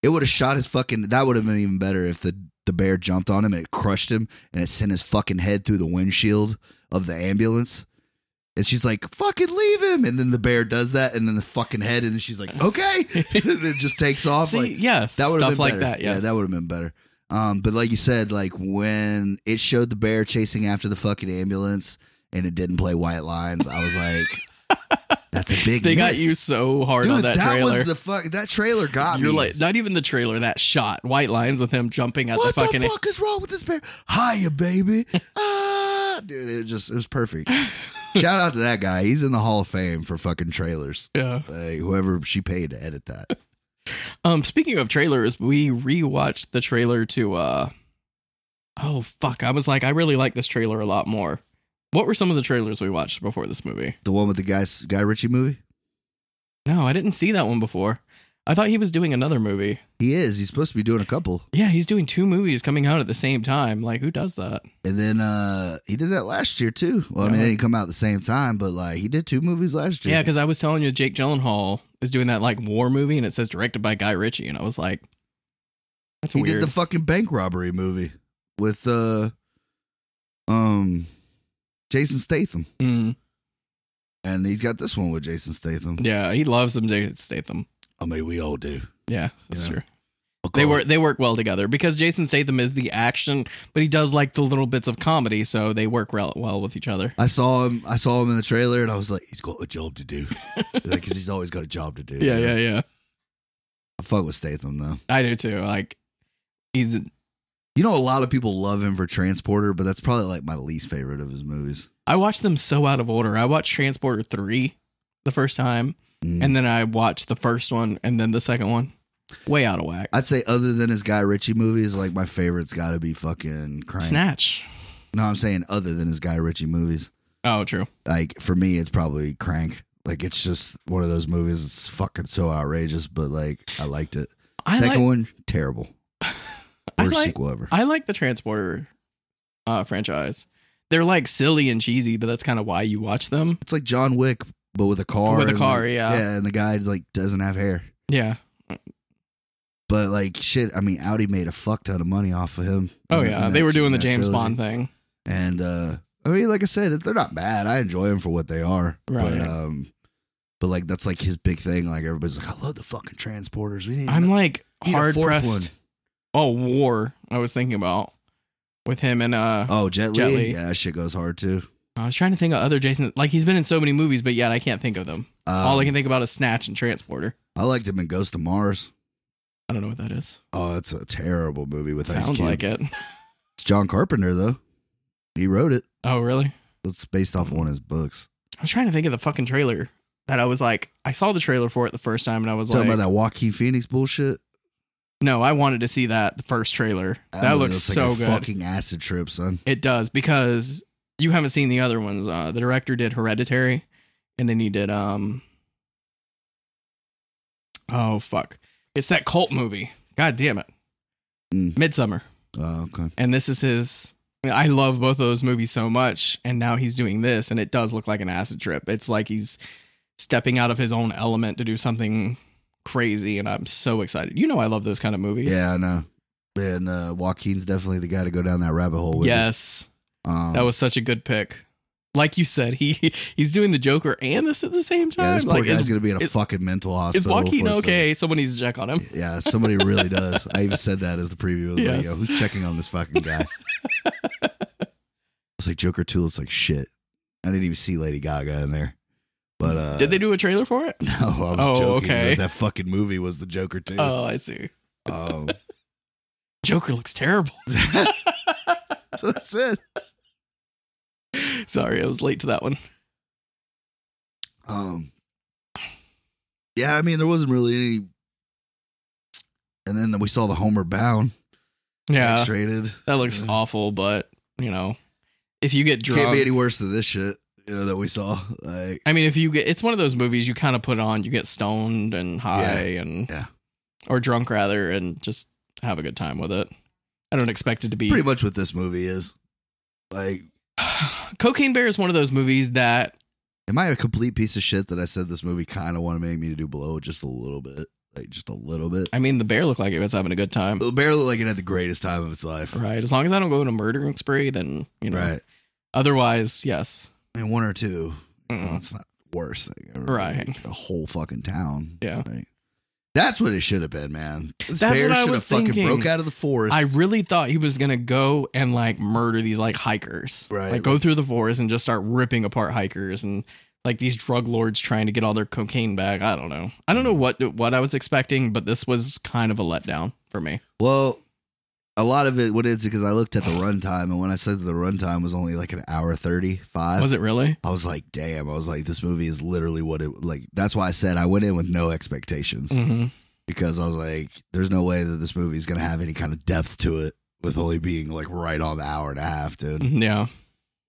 S2: It would have shot his fucking. That would have been even better if the the bear jumped on him and it crushed him and it sent his fucking head through the windshield of the ambulance. And she's like, "Fucking leave him!" And then the bear does that, and then the fucking head, and she's like, "Okay," and it just takes off.
S1: See,
S2: like
S1: yeah,
S2: that would
S1: stuff
S2: have been
S1: like
S2: better.
S1: that.
S2: Yeah,
S1: yes.
S2: that would have been better. Um, but like you said, like when it showed the bear chasing after the fucking ambulance and it didn't play white lines, I was like, "That's a big."
S1: They got
S2: miss.
S1: you so hard
S2: dude.
S1: on that, trailer.
S2: was the fuck. That trailer got
S1: You're
S2: me.
S1: like not even the trailer. That shot, white lines with him jumping at
S2: what
S1: the fucking.
S2: fuck is wrong with this bear? Hiya, baby. ah, dude, it just it was perfect. Shout out to that guy. He's in the Hall of Fame for fucking trailers.
S1: yeah.
S2: Like, whoever she paid to edit that.
S1: Um. Speaking of trailers, we rewatched the trailer to. uh Oh fuck! I was like, I really like this trailer a lot more. What were some of the trailers we watched before this movie?
S2: The one with the guys Guy Ritchie movie.
S1: No, I didn't see that one before. I thought he was doing another movie.
S2: He is. He's supposed to be doing a couple.
S1: Yeah, he's doing two movies coming out at the same time. Like, who does that?
S2: And then uh he did that last year too. Well, I mean,
S1: Uh-huh.
S2: they didn't come out at the same time, but like he did two movies last year.
S1: Yeah, because I was telling you Jake Gyllenhaal is doing that like war movie, and it says directed by Guy Ritchie, and I was like, that's
S2: he
S1: weird.
S2: did the fucking bank robbery movie with uh um Jason Statham,
S1: Mm.
S2: and he's got this one with Jason Statham.
S1: yeah, he loves them. Jason Statham.
S2: I mean, we all do.
S1: Yeah, that's
S2: Yeah.
S1: true.
S2: Okay.
S1: They work. They work well together because Jason Statham is the action, but he does like the little bits of comedy, so they work rel- well with each other.
S2: I saw him. I saw him in the trailer, and I was like, he's got a job to do, because he's always got a job to do.
S1: Yeah, yeah, yeah.
S2: I fuck with Statham though.
S1: I do too. Like, he's
S2: You know, a lot of people love him for Transporter, but that's probably like my least favorite of his movies.
S1: I watched them so out of order. I watched Transporter 3 the first time,
S2: Mm.
S1: and then I watched the first one and then the second one. Way out of whack.
S2: I'd say other than his Guy Ritchie movies, like my favorite's got to be fucking Crank.
S1: Snatch.
S2: No, I'm saying other than his Guy Ritchie movies.
S1: Oh, true.
S2: Like for me, it's probably Crank. Like it's just one of those movies. It's fucking so outrageous, but like I liked it.
S1: I
S2: Second
S1: like,
S2: one, terrible.
S1: I
S2: Worst
S1: like-
S2: sequel ever.
S1: I like the Transporter uh, franchise. They're like silly and cheesy, but that's kind of why you watch them.
S2: it's like John Wick, but with a car.
S1: With a
S2: and,
S1: car,
S2: like-
S1: yeah.
S2: Yeah, and the guy like doesn't have hair.
S1: Yeah.
S2: But like shit, I mean, Audi made a fuck ton of money off of him.
S1: Oh,
S2: in that-
S1: yeah.
S2: in
S1: They
S2: that-
S1: were doing
S2: in
S1: the
S2: that
S1: James
S2: trilogy.
S1: Bond thing.
S2: and uh I mean, like I said, they're not bad. I enjoy them for what they are,
S1: Right.
S2: but um, but like that's like his big thing. Like everybody's like, I love the fucking transporters. We need
S1: I'm like
S2: need a
S1: hard
S2: fourth
S1: pressed.
S2: one.
S1: Oh, War, I was thinking about with him and uh,
S2: Oh, Jet Li?
S1: Jet Li.
S2: Yeah, that shit goes hard too.
S1: I was trying to think of other Jason. Like, he's been in so many movies, but yet I can't think of them.
S2: Um,
S1: All I
S2: I,
S1: can think about is Snatch and Transporter.
S2: liked him in Ghost of Mars.
S1: I don't know what that is.
S2: Oh, that's a terrible movie with Ice
S1: Sounds
S2: Cube.
S1: like it.
S2: It's John Carpenter though. He wrote it.
S1: Oh, really?
S2: It's based off one of his books.
S1: I was trying to think of the fucking trailer that I was like, I saw the trailer for it the first time and I was
S2: Talking
S1: like,
S2: about that Joaquin Phoenix bullshit.
S1: no, I wanted to see that the first trailer. That,
S2: movie
S1: looks so
S2: like a
S1: good.
S2: Fucking acid trip, son.
S1: it does because you haven't seen the other ones. Uh, the director did Hereditary and then he did um Oh fuck! It's that cult movie. God damn it!
S2: Mm.
S1: Midsummer.
S2: Oh, okay.
S1: And this is his. I love both of those movies so much, and now he's doing this, and it does look like an acid trip. It's like he's stepping out of his own element to do something crazy, and I'm so excited. You know, I love those kind of movies.
S2: Yeah, I know. And uh, Joaquin's definitely the guy to go down that rabbit hole with.
S1: Yes,
S2: it. Um,
S1: that was such a good pick. Like you said, he he's doing the Joker and this at the same time.
S2: Yeah, this poor
S1: like,
S2: guy's
S1: is,
S2: gonna be in a
S1: is-
S2: fucking mental
S1: is
S2: hospital.
S1: Joaquin
S2: for some-
S1: okay? Someone needs to check on him.
S2: Yeah, somebody really does. I even said that as the preview. I was
S1: Yes.
S2: like, yo, who's checking on this fucking guy? I was like, Joker 2 looks like shit. I didn't even see Lady Gaga in there. But uh
S1: Did they do a trailer for it?
S2: No, I was
S1: Oh,
S2: joking.
S1: okay.
S2: That fucking movie was the Joker 2.
S1: Oh, I see.
S2: Oh.
S1: Joker looks terrible.
S2: That's what I said.
S1: Sorry, I was late to that one.
S2: Um Yeah, I mean there wasn't really any and then we saw the Homer Bound
S1: Yeah,
S2: X-rated.
S1: that looks
S2: Yeah.
S1: awful. But you know, if you get drunk,
S2: Can't be any worse than this shit, you know, that we saw. Like
S1: I mean, if you get, it's one of those movies you kind of put on, you get stoned and high and,
S2: Yeah.
S1: or drunk rather, and just have a good time with it. I don't expect it to be.
S2: pretty much what this movie is. Like,
S1: Cocaine Bear is one of those movies that,
S2: am I a complete piece of shit that I said this movie kind of want to make me to do blow just a little bit, like just a little bit?
S1: I mean, the bear looked like it was having a good time.
S2: It barely like it had the greatest time of its life,
S1: Right. As long as I don't go on a murdering spree, then, you know,
S2: Right.
S1: otherwise, yes.
S2: I mean, one or two.
S1: Mm.
S2: Well, it's Oh, not the worst thing ever.
S1: Right.
S2: Like, a whole fucking town.
S1: Yeah.
S2: Like, that's what it should have been, man. This
S1: That's
S2: bear
S1: what I
S2: should
S1: was
S2: have fucking
S1: thinking.
S2: broke out of the forest.
S1: I really thought he was gonna go and like murder these like hikers,
S2: Right,
S1: Like go
S2: like-
S1: through the forest and just start ripping apart hikers and like these drug lords trying to get all their cocaine back. I don't know. I don't
S2: Mm.
S1: know what what I was expecting, but this was kind of a letdown for me.
S2: well, a lot of it. What is it? Because I looked at the runtime, and when I said that the runtime was only like an hour thirty-five,
S1: Was it really?
S2: I was like, damn. I was like, this movie is literally what it like. That's why I said I went in with no expectations
S1: hmm
S2: because I was like, there's no way that this movie is gonna have any kind of depth to it with only being like right on the hour and a half, dude.
S1: Mm-hmm. Yeah.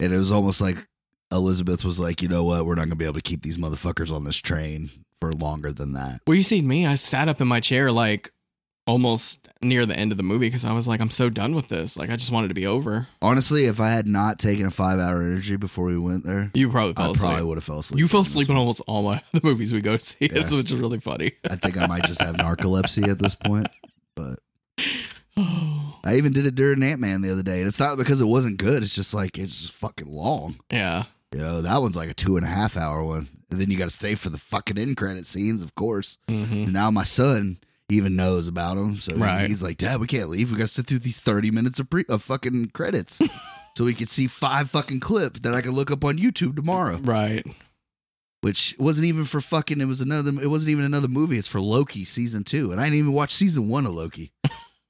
S2: And it was almost like Elizabeth was like, you know what, we're not gonna be able to keep these motherfuckers on this train for longer than that.
S1: Well, you see me. I sat up in my chair like almost near the end of the movie because I was like, I'm so done with this. Like I just wanted to be over.
S2: Honestly, if I had not taken a five hour energy before we went there,
S1: You probably fell
S2: I
S1: asleep.
S2: probably would have fell asleep.
S1: you fell
S2: on this
S1: asleep on
S2: one.
S1: almost all my the movies we go see,
S2: Yeah.
S1: which is really funny.
S2: I think I might just have narcolepsy at this point, but. I even did it during Ant Man the other day, and it's not because it wasn't good. It's just like it's just fucking long.
S1: yeah.
S2: You know, that one's like a two and a half hour one, and then you got to stay for the fucking end credit scenes, of course.
S1: hmm
S2: And now my son even knows about them, so
S1: Right.
S2: he's like, "Dad, we can't leave. We got to sit through these thirty minutes of pre of fucking credits, so we could see five fucking clip that I can look up on YouTube tomorrow."
S1: Right.
S2: Which wasn't even for fucking. It was another. It wasn't even another movie. It's for Loki season two, and I didn't even watch season one of Loki.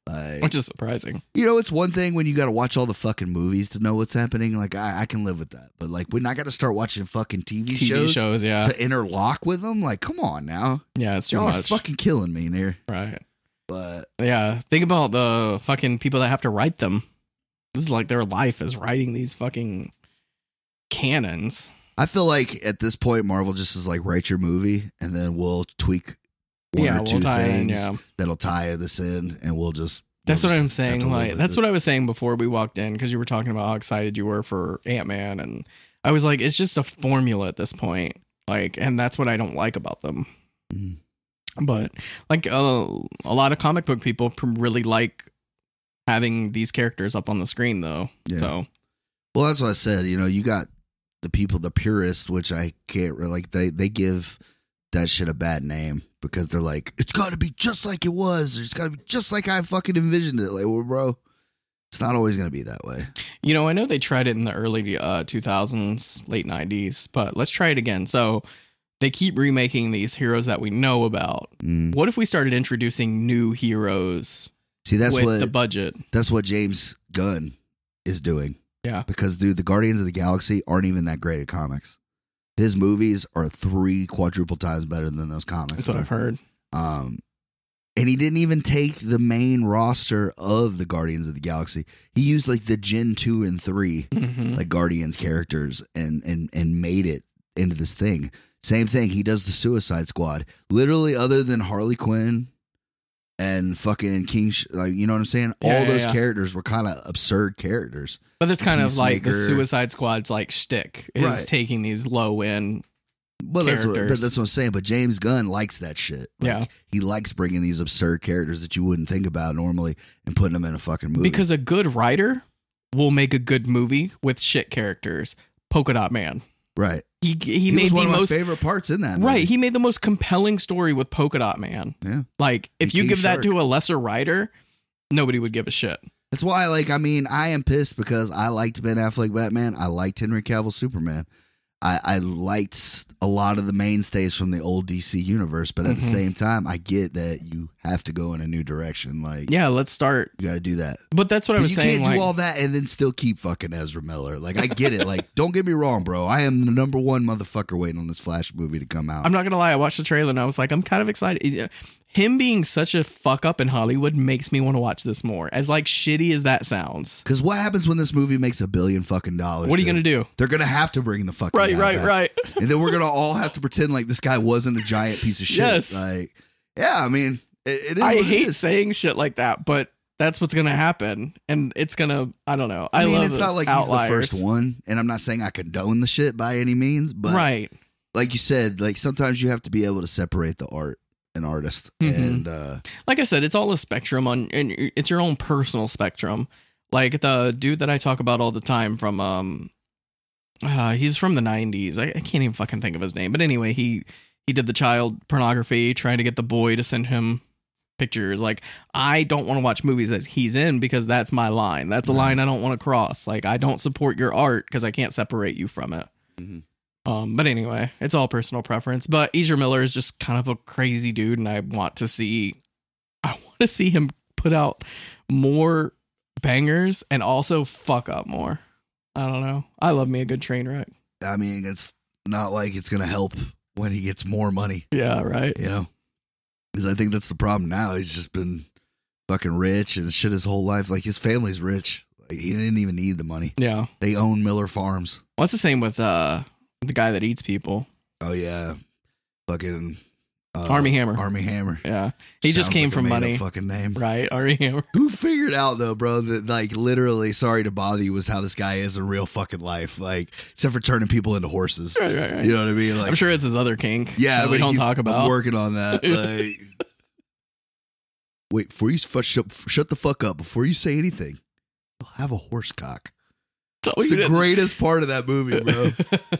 S2: Like,
S1: which is surprising.
S2: You know, it's one thing when you got to watch all the fucking movies to know what's happening. Like, I, I can live with that. But, like, when I got to start watching fucking TV,
S1: TV
S2: shows,
S1: shows, yeah,
S2: to interlock with them, like, come on now.
S1: yeah, it's too
S2: Y'all are
S1: much.
S2: fucking killing me in here.
S1: Right?
S2: But,
S1: Yeah. Think about the fucking people that have to write them. This is like their life is writing these fucking cannons.
S2: I feel like at this point, Marvel just is like, write your movie and then we'll tweak one
S1: yeah,
S2: or
S1: we'll
S2: 2
S1: tie in,
S2: things
S1: yeah.
S2: that'll tie this in and we'll just.
S1: That's
S2: we'll
S1: what
S2: just
S1: I'm
S2: have to
S1: saying.
S2: live
S1: Like
S2: with
S1: that's
S2: it.
S1: what I was saying before we walked in because you were talking about how excited you were for Ant Man, and I was like, it's just a formula at this point. Like, and that's what I don't like about them.
S2: Mhm.
S1: But like uh, a lot of comic book people pr- really like having these characters up on the screen, though.
S2: Yeah.
S1: So
S2: Well, that's what I said. You know, you got the people, the purists, which I can't really like. They they give that shit a bad name because they're like, it's got to be just like it was. or It's got to be just like I fucking envisioned it. Like, well, bro, it's not always gonna be that way.
S1: You know, I know they tried it in the early uh, 2000s, late 90s, but let's try it again. So they keep remaking these heroes that we know about.
S2: Mm.
S1: What if we started introducing new heroes
S2: See, that's
S1: with
S2: what
S1: the budget?
S2: that's what James Gunn is doing.
S1: Yeah.
S2: because dude, the Guardians of the Galaxy aren't even that great at comics. His movies are three quadruple times better than those comics.
S1: That's what
S2: are.
S1: I've heard.
S2: Um, and he didn't even take the main roster of the Guardians of the Galaxy. He used like the Gen two and three
S1: Mhm.
S2: like Guardians characters and and and made it into this thing. Same thing. He does the Suicide Squad. Literally, other than Harley Quinn and fucking King, Sh- like you know what I'm saying.
S1: Yeah,
S2: All
S1: yeah,
S2: those
S1: yeah.
S2: characters were kind of absurd characters.
S1: But that's kind of like the
S2: Peacemaker.
S1: Suicide Squad's like shtick is
S2: Right.
S1: taking these low end.
S2: Well, that's what, but
S1: characters.
S2: that's what I'm saying. But James Gunn likes that shit. Like,
S1: Yeah.
S2: he likes bringing these absurd characters that you wouldn't think about normally and putting them in a fucking movie.
S1: Because a good writer will make a good movie with shit characters. Polka Dot Man.
S2: right,
S1: He he, made
S2: was
S1: the
S2: one of my
S1: most
S2: favorite parts in that.
S1: right.
S2: movie.
S1: He made the most compelling story with Polka Dot Man.
S2: Yeah.
S1: Like if
S2: And
S1: you
S2: King
S1: give that
S2: Shark.
S1: to a lesser writer, nobody would give a shit.
S2: That's why, like, I mean, I am pissed because I liked Ben Affleck Batman. I liked Henry Cavill Superman. I, I liked a lot of the mainstays from the old DC universe, but at the
S1: Mhm.
S2: same time, I get that you have to go in a new direction. Like,
S1: Yeah, let's start.
S2: you got to do that.
S1: But that's what I
S2: But
S1: was
S2: you
S1: saying.
S2: can't
S1: like,
S2: do all that and then still keep fucking Ezra Miller. Like, I get it. like, don't get me wrong, bro. I am the number one motherfucker waiting on this Flash movie to come out.
S1: I'm not gonna lie. I watched the trailer and I was like, I'm kind of excited. Him being such a fuck up in Hollywood makes me want to watch this more. As like shitty as that sounds,
S2: Because what happens when this movie makes a billion fucking dollars?
S1: what are you
S2: dude?
S1: gonna do?
S2: They're gonna have to bring the fucking
S1: Right,
S2: guy
S1: right,
S2: back.
S1: right.
S2: and then we're gonna all have to pretend like this guy wasn't a giant piece of shit.
S1: Yes.
S2: Like, yeah, I mean, it, it is.
S1: I
S2: what it
S1: hate
S2: is.
S1: saying shit like that, but that's what's gonna happen, and it's gonna. I don't know. I,
S2: I, mean,
S1: love
S2: it's
S1: those
S2: not like
S1: outliers.
S2: he's the first one, and I'm not saying I condone the shit by any means, but
S1: right.
S2: like you said, like sometimes you have to be able to separate the art and artist,
S1: Mhm.
S2: and uh,
S1: Like I said, it's all a spectrum on, and it's your own personal spectrum. Like the dude that I talk about all the time from, um, uh, he's from the '90s. I, I can't even fucking think of his name, but anyway, he he did the child pornography, trying to get the boy to send him pictures. Like I don't want to watch movies that he's in because that's my line. That's a
S2: Right.
S1: line I don't want to cross. Like I don't support your art because I can't separate you from it.
S2: Mhm.
S1: Um, but anyway, it's all personal preference. But Ezra Miller is just kind of a crazy dude, and I want to see, I want to see him put out more bangers and also fuck up more. I don't know. I love me a good train wreck.
S2: I mean, it's not like it's gonna help when he gets more money,
S1: Yeah, right.
S2: you know, because I think that's the problem now. He's just been fucking rich and shit his whole life. Like his family's rich. Like, he didn't even need the money.
S1: Yeah.
S2: They own Miller Farms.
S1: Well, it's the same with uh the guy that eats people.
S2: Oh yeah, fucking uh,
S1: Army Hammer.
S2: Army Hammer.
S1: Yeah. He just
S2: Sounds
S1: came
S2: like a
S1: from
S2: made-up
S1: money.
S2: Fucking name.
S1: Right, Ari Hammer.
S2: Who figured out though, bro? That like literally, sorry to bother you, was how this guy is in real fucking life. Like except for turning people into horses.
S1: Right, right, right.
S2: You know what I mean? Like
S1: I'm sure it's his other kink.
S2: Yeah,
S1: that we
S2: like,
S1: don't
S2: he's-
S1: talk
S2: I'm
S1: about.
S2: working on that. Like, wait before you fu- shut, shut the fuck up before you say anything. You'll have a horse cock.
S1: That's all
S2: It's
S1: Oh, you
S2: the
S1: did.
S2: greatest part of that movie, bro.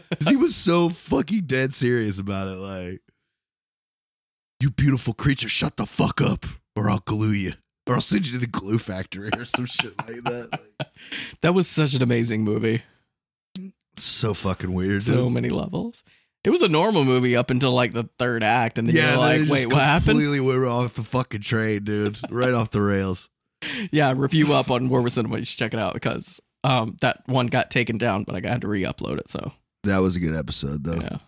S2: Because he was so fucking dead serious about it. Like, you beautiful creature, shut the fuck up, or I'll glue you, or I'll send you to the glue factory, or some shit like that. Like,
S1: that was such an amazing movie.
S2: so fucking weird.
S1: So
S2: dude.
S1: many levels. It was a normal movie up until like the third act, and then
S2: yeah,
S1: you're
S2: they
S1: like,
S2: just
S1: wait, what happened?
S2: Completely went off the fucking train, dude. right off the rails.
S1: Yeah, review up on War with Cinema. You should check it out because um that one got taken down, but I had to re upload it. So
S2: That was a good episode, though.
S1: yeah.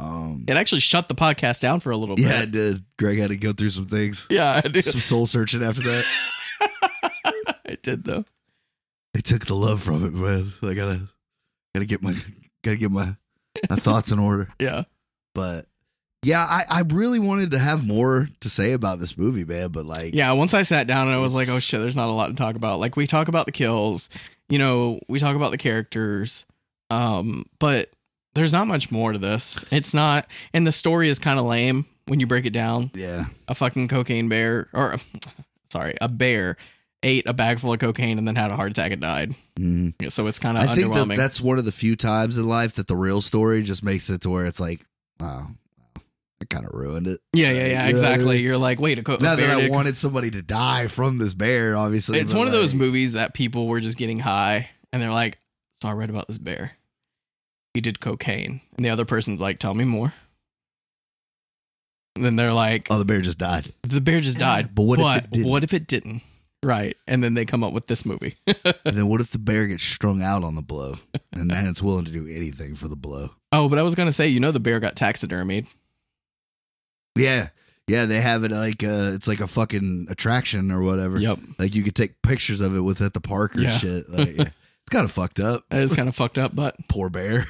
S2: Um,
S1: It actually shut the podcast down for a little
S2: yeah, it
S1: bit.
S2: did. Greg had to go through some things,
S1: Yeah, I did.
S2: some soul searching after that.
S1: I did though.
S2: They took the love from it, man. I gotta, gotta get my, gotta get my, my thoughts in order.
S1: Yeah.
S2: But yeah, I, I really wanted to have more to say about this movie, man. But like,
S1: Yeah, once I sat down and I was like,
S2: It's-
S1: oh shit, there's not a lot to talk about. Like we talk about the kills, you know, we talk about the characters, um, but there's not much more to this. It's not, and the story is kind of lame when you break it down.
S2: yeah,
S1: A fucking cocaine bear, or sorry, a bear ate a bag full of cocaine and then had a heart attack and died.
S2: Mhm.
S1: Yeah, So it's kind of
S2: I think that
S1: Uh, underwhelming.
S2: that's one of the few times in life that the real story just makes it to where it's like, oh, wow, I kind of ruined it.
S1: yeah, yeah,
S2: Yeah,
S1: yeah,
S2: I
S1: exactly.
S2: mean-
S1: You're like, wait, a, co- a
S2: Not
S1: bear
S2: that I
S1: did-
S2: wanted somebody to die from this bear, obviously.
S1: It's
S2: but,
S1: one of those
S2: like,
S1: movies that people were just getting high and they're like, so I read about this bear. He did cocaine. And the other person's like, tell me more. And then they're like,
S2: Oh, the bear just died.
S1: the bear just died.
S2: But what if it didn't?
S1: what if it didn't? Right. And then they come up with this movie.
S2: And then what if the bear gets strung out on the blow, and then it's willing to do anything for the blow?
S1: oh, but I was going to say, you know, the bear got taxidermied.
S2: Yeah, yeah, they have it like uh, it's like a fucking attraction or whatever.
S1: Yep.
S2: Like you could take pictures of it with at the park or
S1: Yeah.
S2: shit. Like, yeah. It's kind of fucked up.
S1: That is kind of fucked up, but
S2: Poor bear.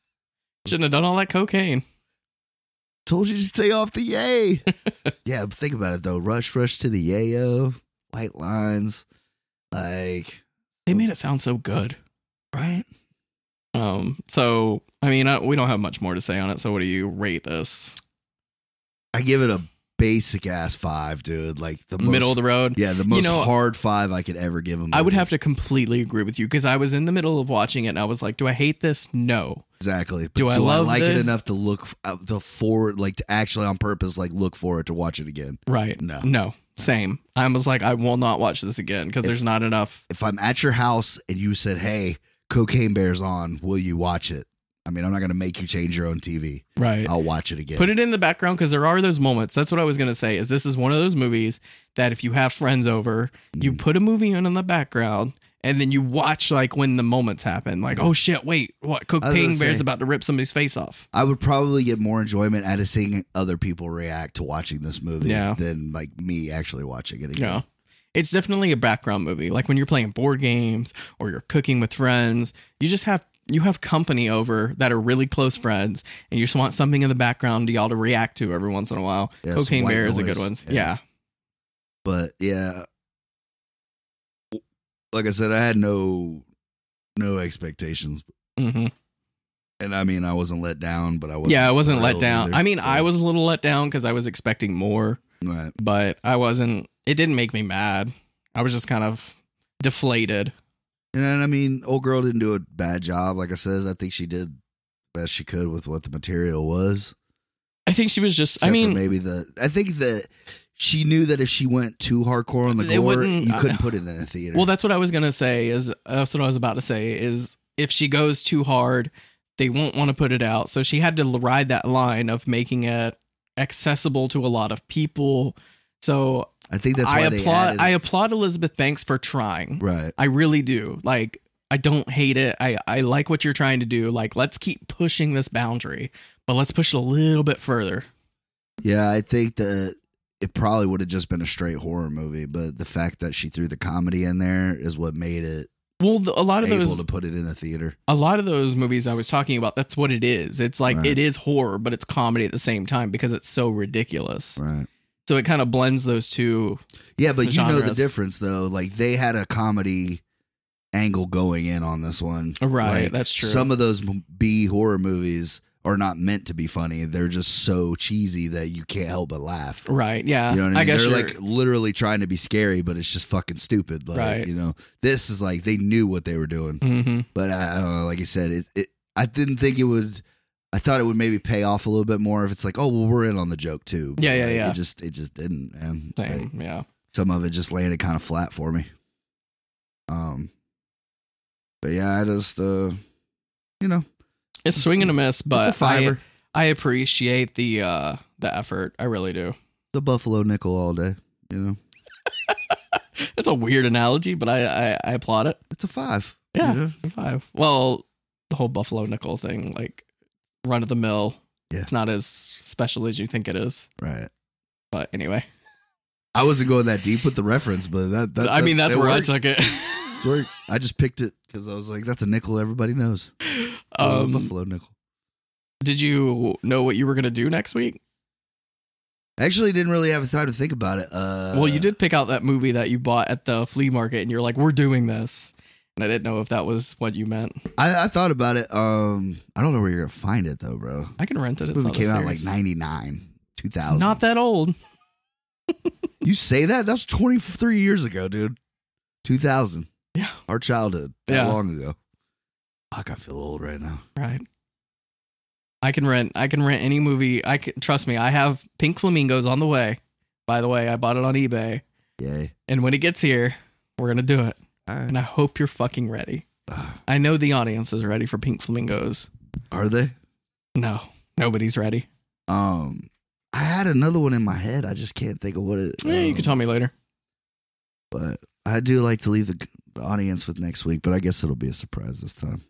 S1: shouldn't have done all that cocaine.
S2: Told you to stay off the yay. yeah, but think about it though. Rush, rush to the yayo. White lines. Like,
S1: They made it sound so good.
S2: right?
S1: Um, so I mean, I, we don't have much more to say on it. So what do you rate this?
S2: I give it a basic ass five, dude. Like the most,
S1: Middle of the road.
S2: yeah, the most
S1: know-
S2: hard five I could ever give him.
S1: I would have to completely agree with you because I was in the middle of watching it and I was like, do I hate this? No.
S2: exactly. But
S1: Do
S2: do
S1: I
S2: I,
S1: love
S2: like it
S1: the-
S2: enough to look f- uh, the forward, like to actually on purpose, like look forward to watch it again?
S1: Right.
S2: No.
S1: No. Same. I was like, I will not watch this again because
S2: If-
S1: there's not enough.
S2: If I'm at your house and you said, "Hey, Cocaine Bear's on," will you watch it? I mean, I'm not gonna make you change your own TV.
S1: Right.
S2: I'll watch it again.
S1: Put it in the background because there are those moments. That's what I was gonna say. Is this is one of those movies that if you have friends over, you
S2: Mm.
S1: put a movie in in the background and then you watch like when the moments happen. Like, oh shit, wait, what? Cook
S2: I was gonna
S1: Ping Bear's
S2: say-
S1: about to rip somebody's face off.
S2: I would probably get more enjoyment out of seeing other people react to watching this movie
S1: Yeah.
S2: than like me actually watching it again.
S1: Yeah. It's definitely a background movie. Like when you're playing board games or you're cooking with friends, you just have you have company over that are really close friends and you just want something in the background to y'all to react to every once in a while.
S2: Yeah, some
S1: Cocaine
S2: white
S1: Bear is a good
S2: noise.
S1: one. Yeah.
S2: Yeah. but yeah like i said i had no no expectations
S1: Mhm.
S2: and i mean i wasn't let down but i wasn't
S1: Yeah, I wasn't let
S2: thrilled
S1: down.
S2: either,
S1: I mean,
S2: so-
S1: I was a little let down cuz I was expecting more,
S2: right
S1: but I wasn't it didn't make me mad. I was just kind of deflated.
S2: and i mean old girl didn't do a bad job like i said i think she did the best she could with what the material was
S1: I think she was just
S2: Except
S1: I
S2: for
S1: mean,
S2: maybe the i think that she knew that if she went too hardcore on the
S1: They
S2: gore
S1: wouldn't- uh,
S2: you couldn't put it in the theater
S1: Well, that's what I was gonna say. Is that's what I was about to say. Is if she goes too hard, they won't want to put it out. So she had to l- ride that line of making it accessible to a lot of people. So
S2: i think that's why
S1: I
S2: they
S1: applaud.
S2: added
S1: I applaud Elizabeth Banks for trying.
S2: right
S1: I really do. Like I don't hate it. I I like what you're trying to do. Like let's keep pushing this boundary, but let's push it a little bit further.
S2: Yeah, I think that it probably would have just been a straight horror movie, but the fact that she threw the comedy in there is what made it
S1: Well, the, a lot of
S2: able
S1: those
S2: to put it in the theater.
S1: a lot of those movies I was talking about, that's what it is. It's like
S2: Right.
S1: it is horror, but it's comedy at the same time because it's so ridiculous.
S2: Right.
S1: So it kind of blends those two.
S2: Yeah, but
S1: The
S2: you know the
S1: genres.
S2: difference though. Like they had a comedy angle going in on this one.
S1: Right,
S2: Like,
S1: that's true.
S2: Some of those m- B horror movies are not meant to be funny. They're just so cheesy that you can't help but laugh.
S1: right? Yeah,
S2: You know what I mean?
S1: guess
S2: They're
S1: you're-
S2: like literally trying to be scary, but it's just fucking stupid. Like,
S1: Right.
S2: you know, this is like they knew what they were doing.
S1: Mhm.
S2: but I, I don't know. Like I said, it, it. I didn't think it would. I thought it would maybe pay off a little bit more if it's like, oh, well, we're in on the joke too. But,
S1: Yeah, yeah,
S2: like,
S1: yeah.
S2: It just, it just didn't. Man. Like,
S1: same. yeah,
S2: some of it just landed kind of flat for me. Um, but yeah, I just, uh, you know,
S1: it's swinging a miss, but
S2: it's a fiver,
S1: I I appreciate the uh the effort. I really do.
S2: the buffalo nickel all day. You know,
S1: It's a weird analogy, but I I, I applaud it.
S2: it's a five.
S1: Yeah.
S2: you know?
S1: It's a five. Well, the whole Buffalo Nickel thing, like run of the mill.
S2: Yeah.
S1: It's not as special as you think it is.
S2: right.
S1: But anyway,
S2: I wasn't going that deep with the reference, but that, that
S1: I mean that's where
S2: works.
S1: I took it.
S2: It's work. I just picked it because I was like, that's a nickel everybody knows.
S1: um,
S2: buffalo nickel.
S1: Did you know what you were gonna do next week?
S2: I actually didn't really have time to think about it. Uh,
S1: well, you did pick out that movie that you bought at the flea market, and you're like, "We're doing this," and I didn't know if that was what you meant.
S2: I, I thought about it. Um, I don't know where you're gonna find it though, bro.
S1: I can rent it.
S2: This
S1: It's
S2: movie
S1: not,
S2: came out like
S1: nine
S2: '99,
S1: it's
S2: 2000.
S1: not that old.
S2: you say that? That was 23 years ago, dude. 2000.
S1: Yeah.
S2: Our childhood. That
S1: Yeah.
S2: long ago. Fuck, I feel old right now.
S1: Right. I can rent. I can rent any movie. I can trust me. I have Pink Flamingos on the way. By the way, I bought it on eBay,
S2: Yay.
S1: and when it gets here, we're gonna do it.
S2: All right.
S1: And I hope you're fucking ready.
S2: Ah,
S1: I know the audience is ready for Pink Flamingos.
S2: are they?
S1: No, nobody's ready.
S2: Um, I had another one in my head. I just can't think of what it.
S1: Yeah, you
S2: um,
S1: can tell me later.
S2: But I do like to leave the, the audience with next week, but I guess it'll be a surprise this time.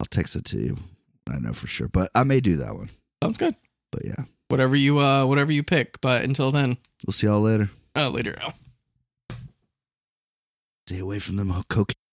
S2: I'll text it to you. I know for sure, but I may do that one.
S1: Sounds good.
S2: But yeah,
S1: Whatever you uh, whatever you pick. But until then.
S2: we'll see y'all later.
S1: Uh, later.
S2: Stay away from them cocaine.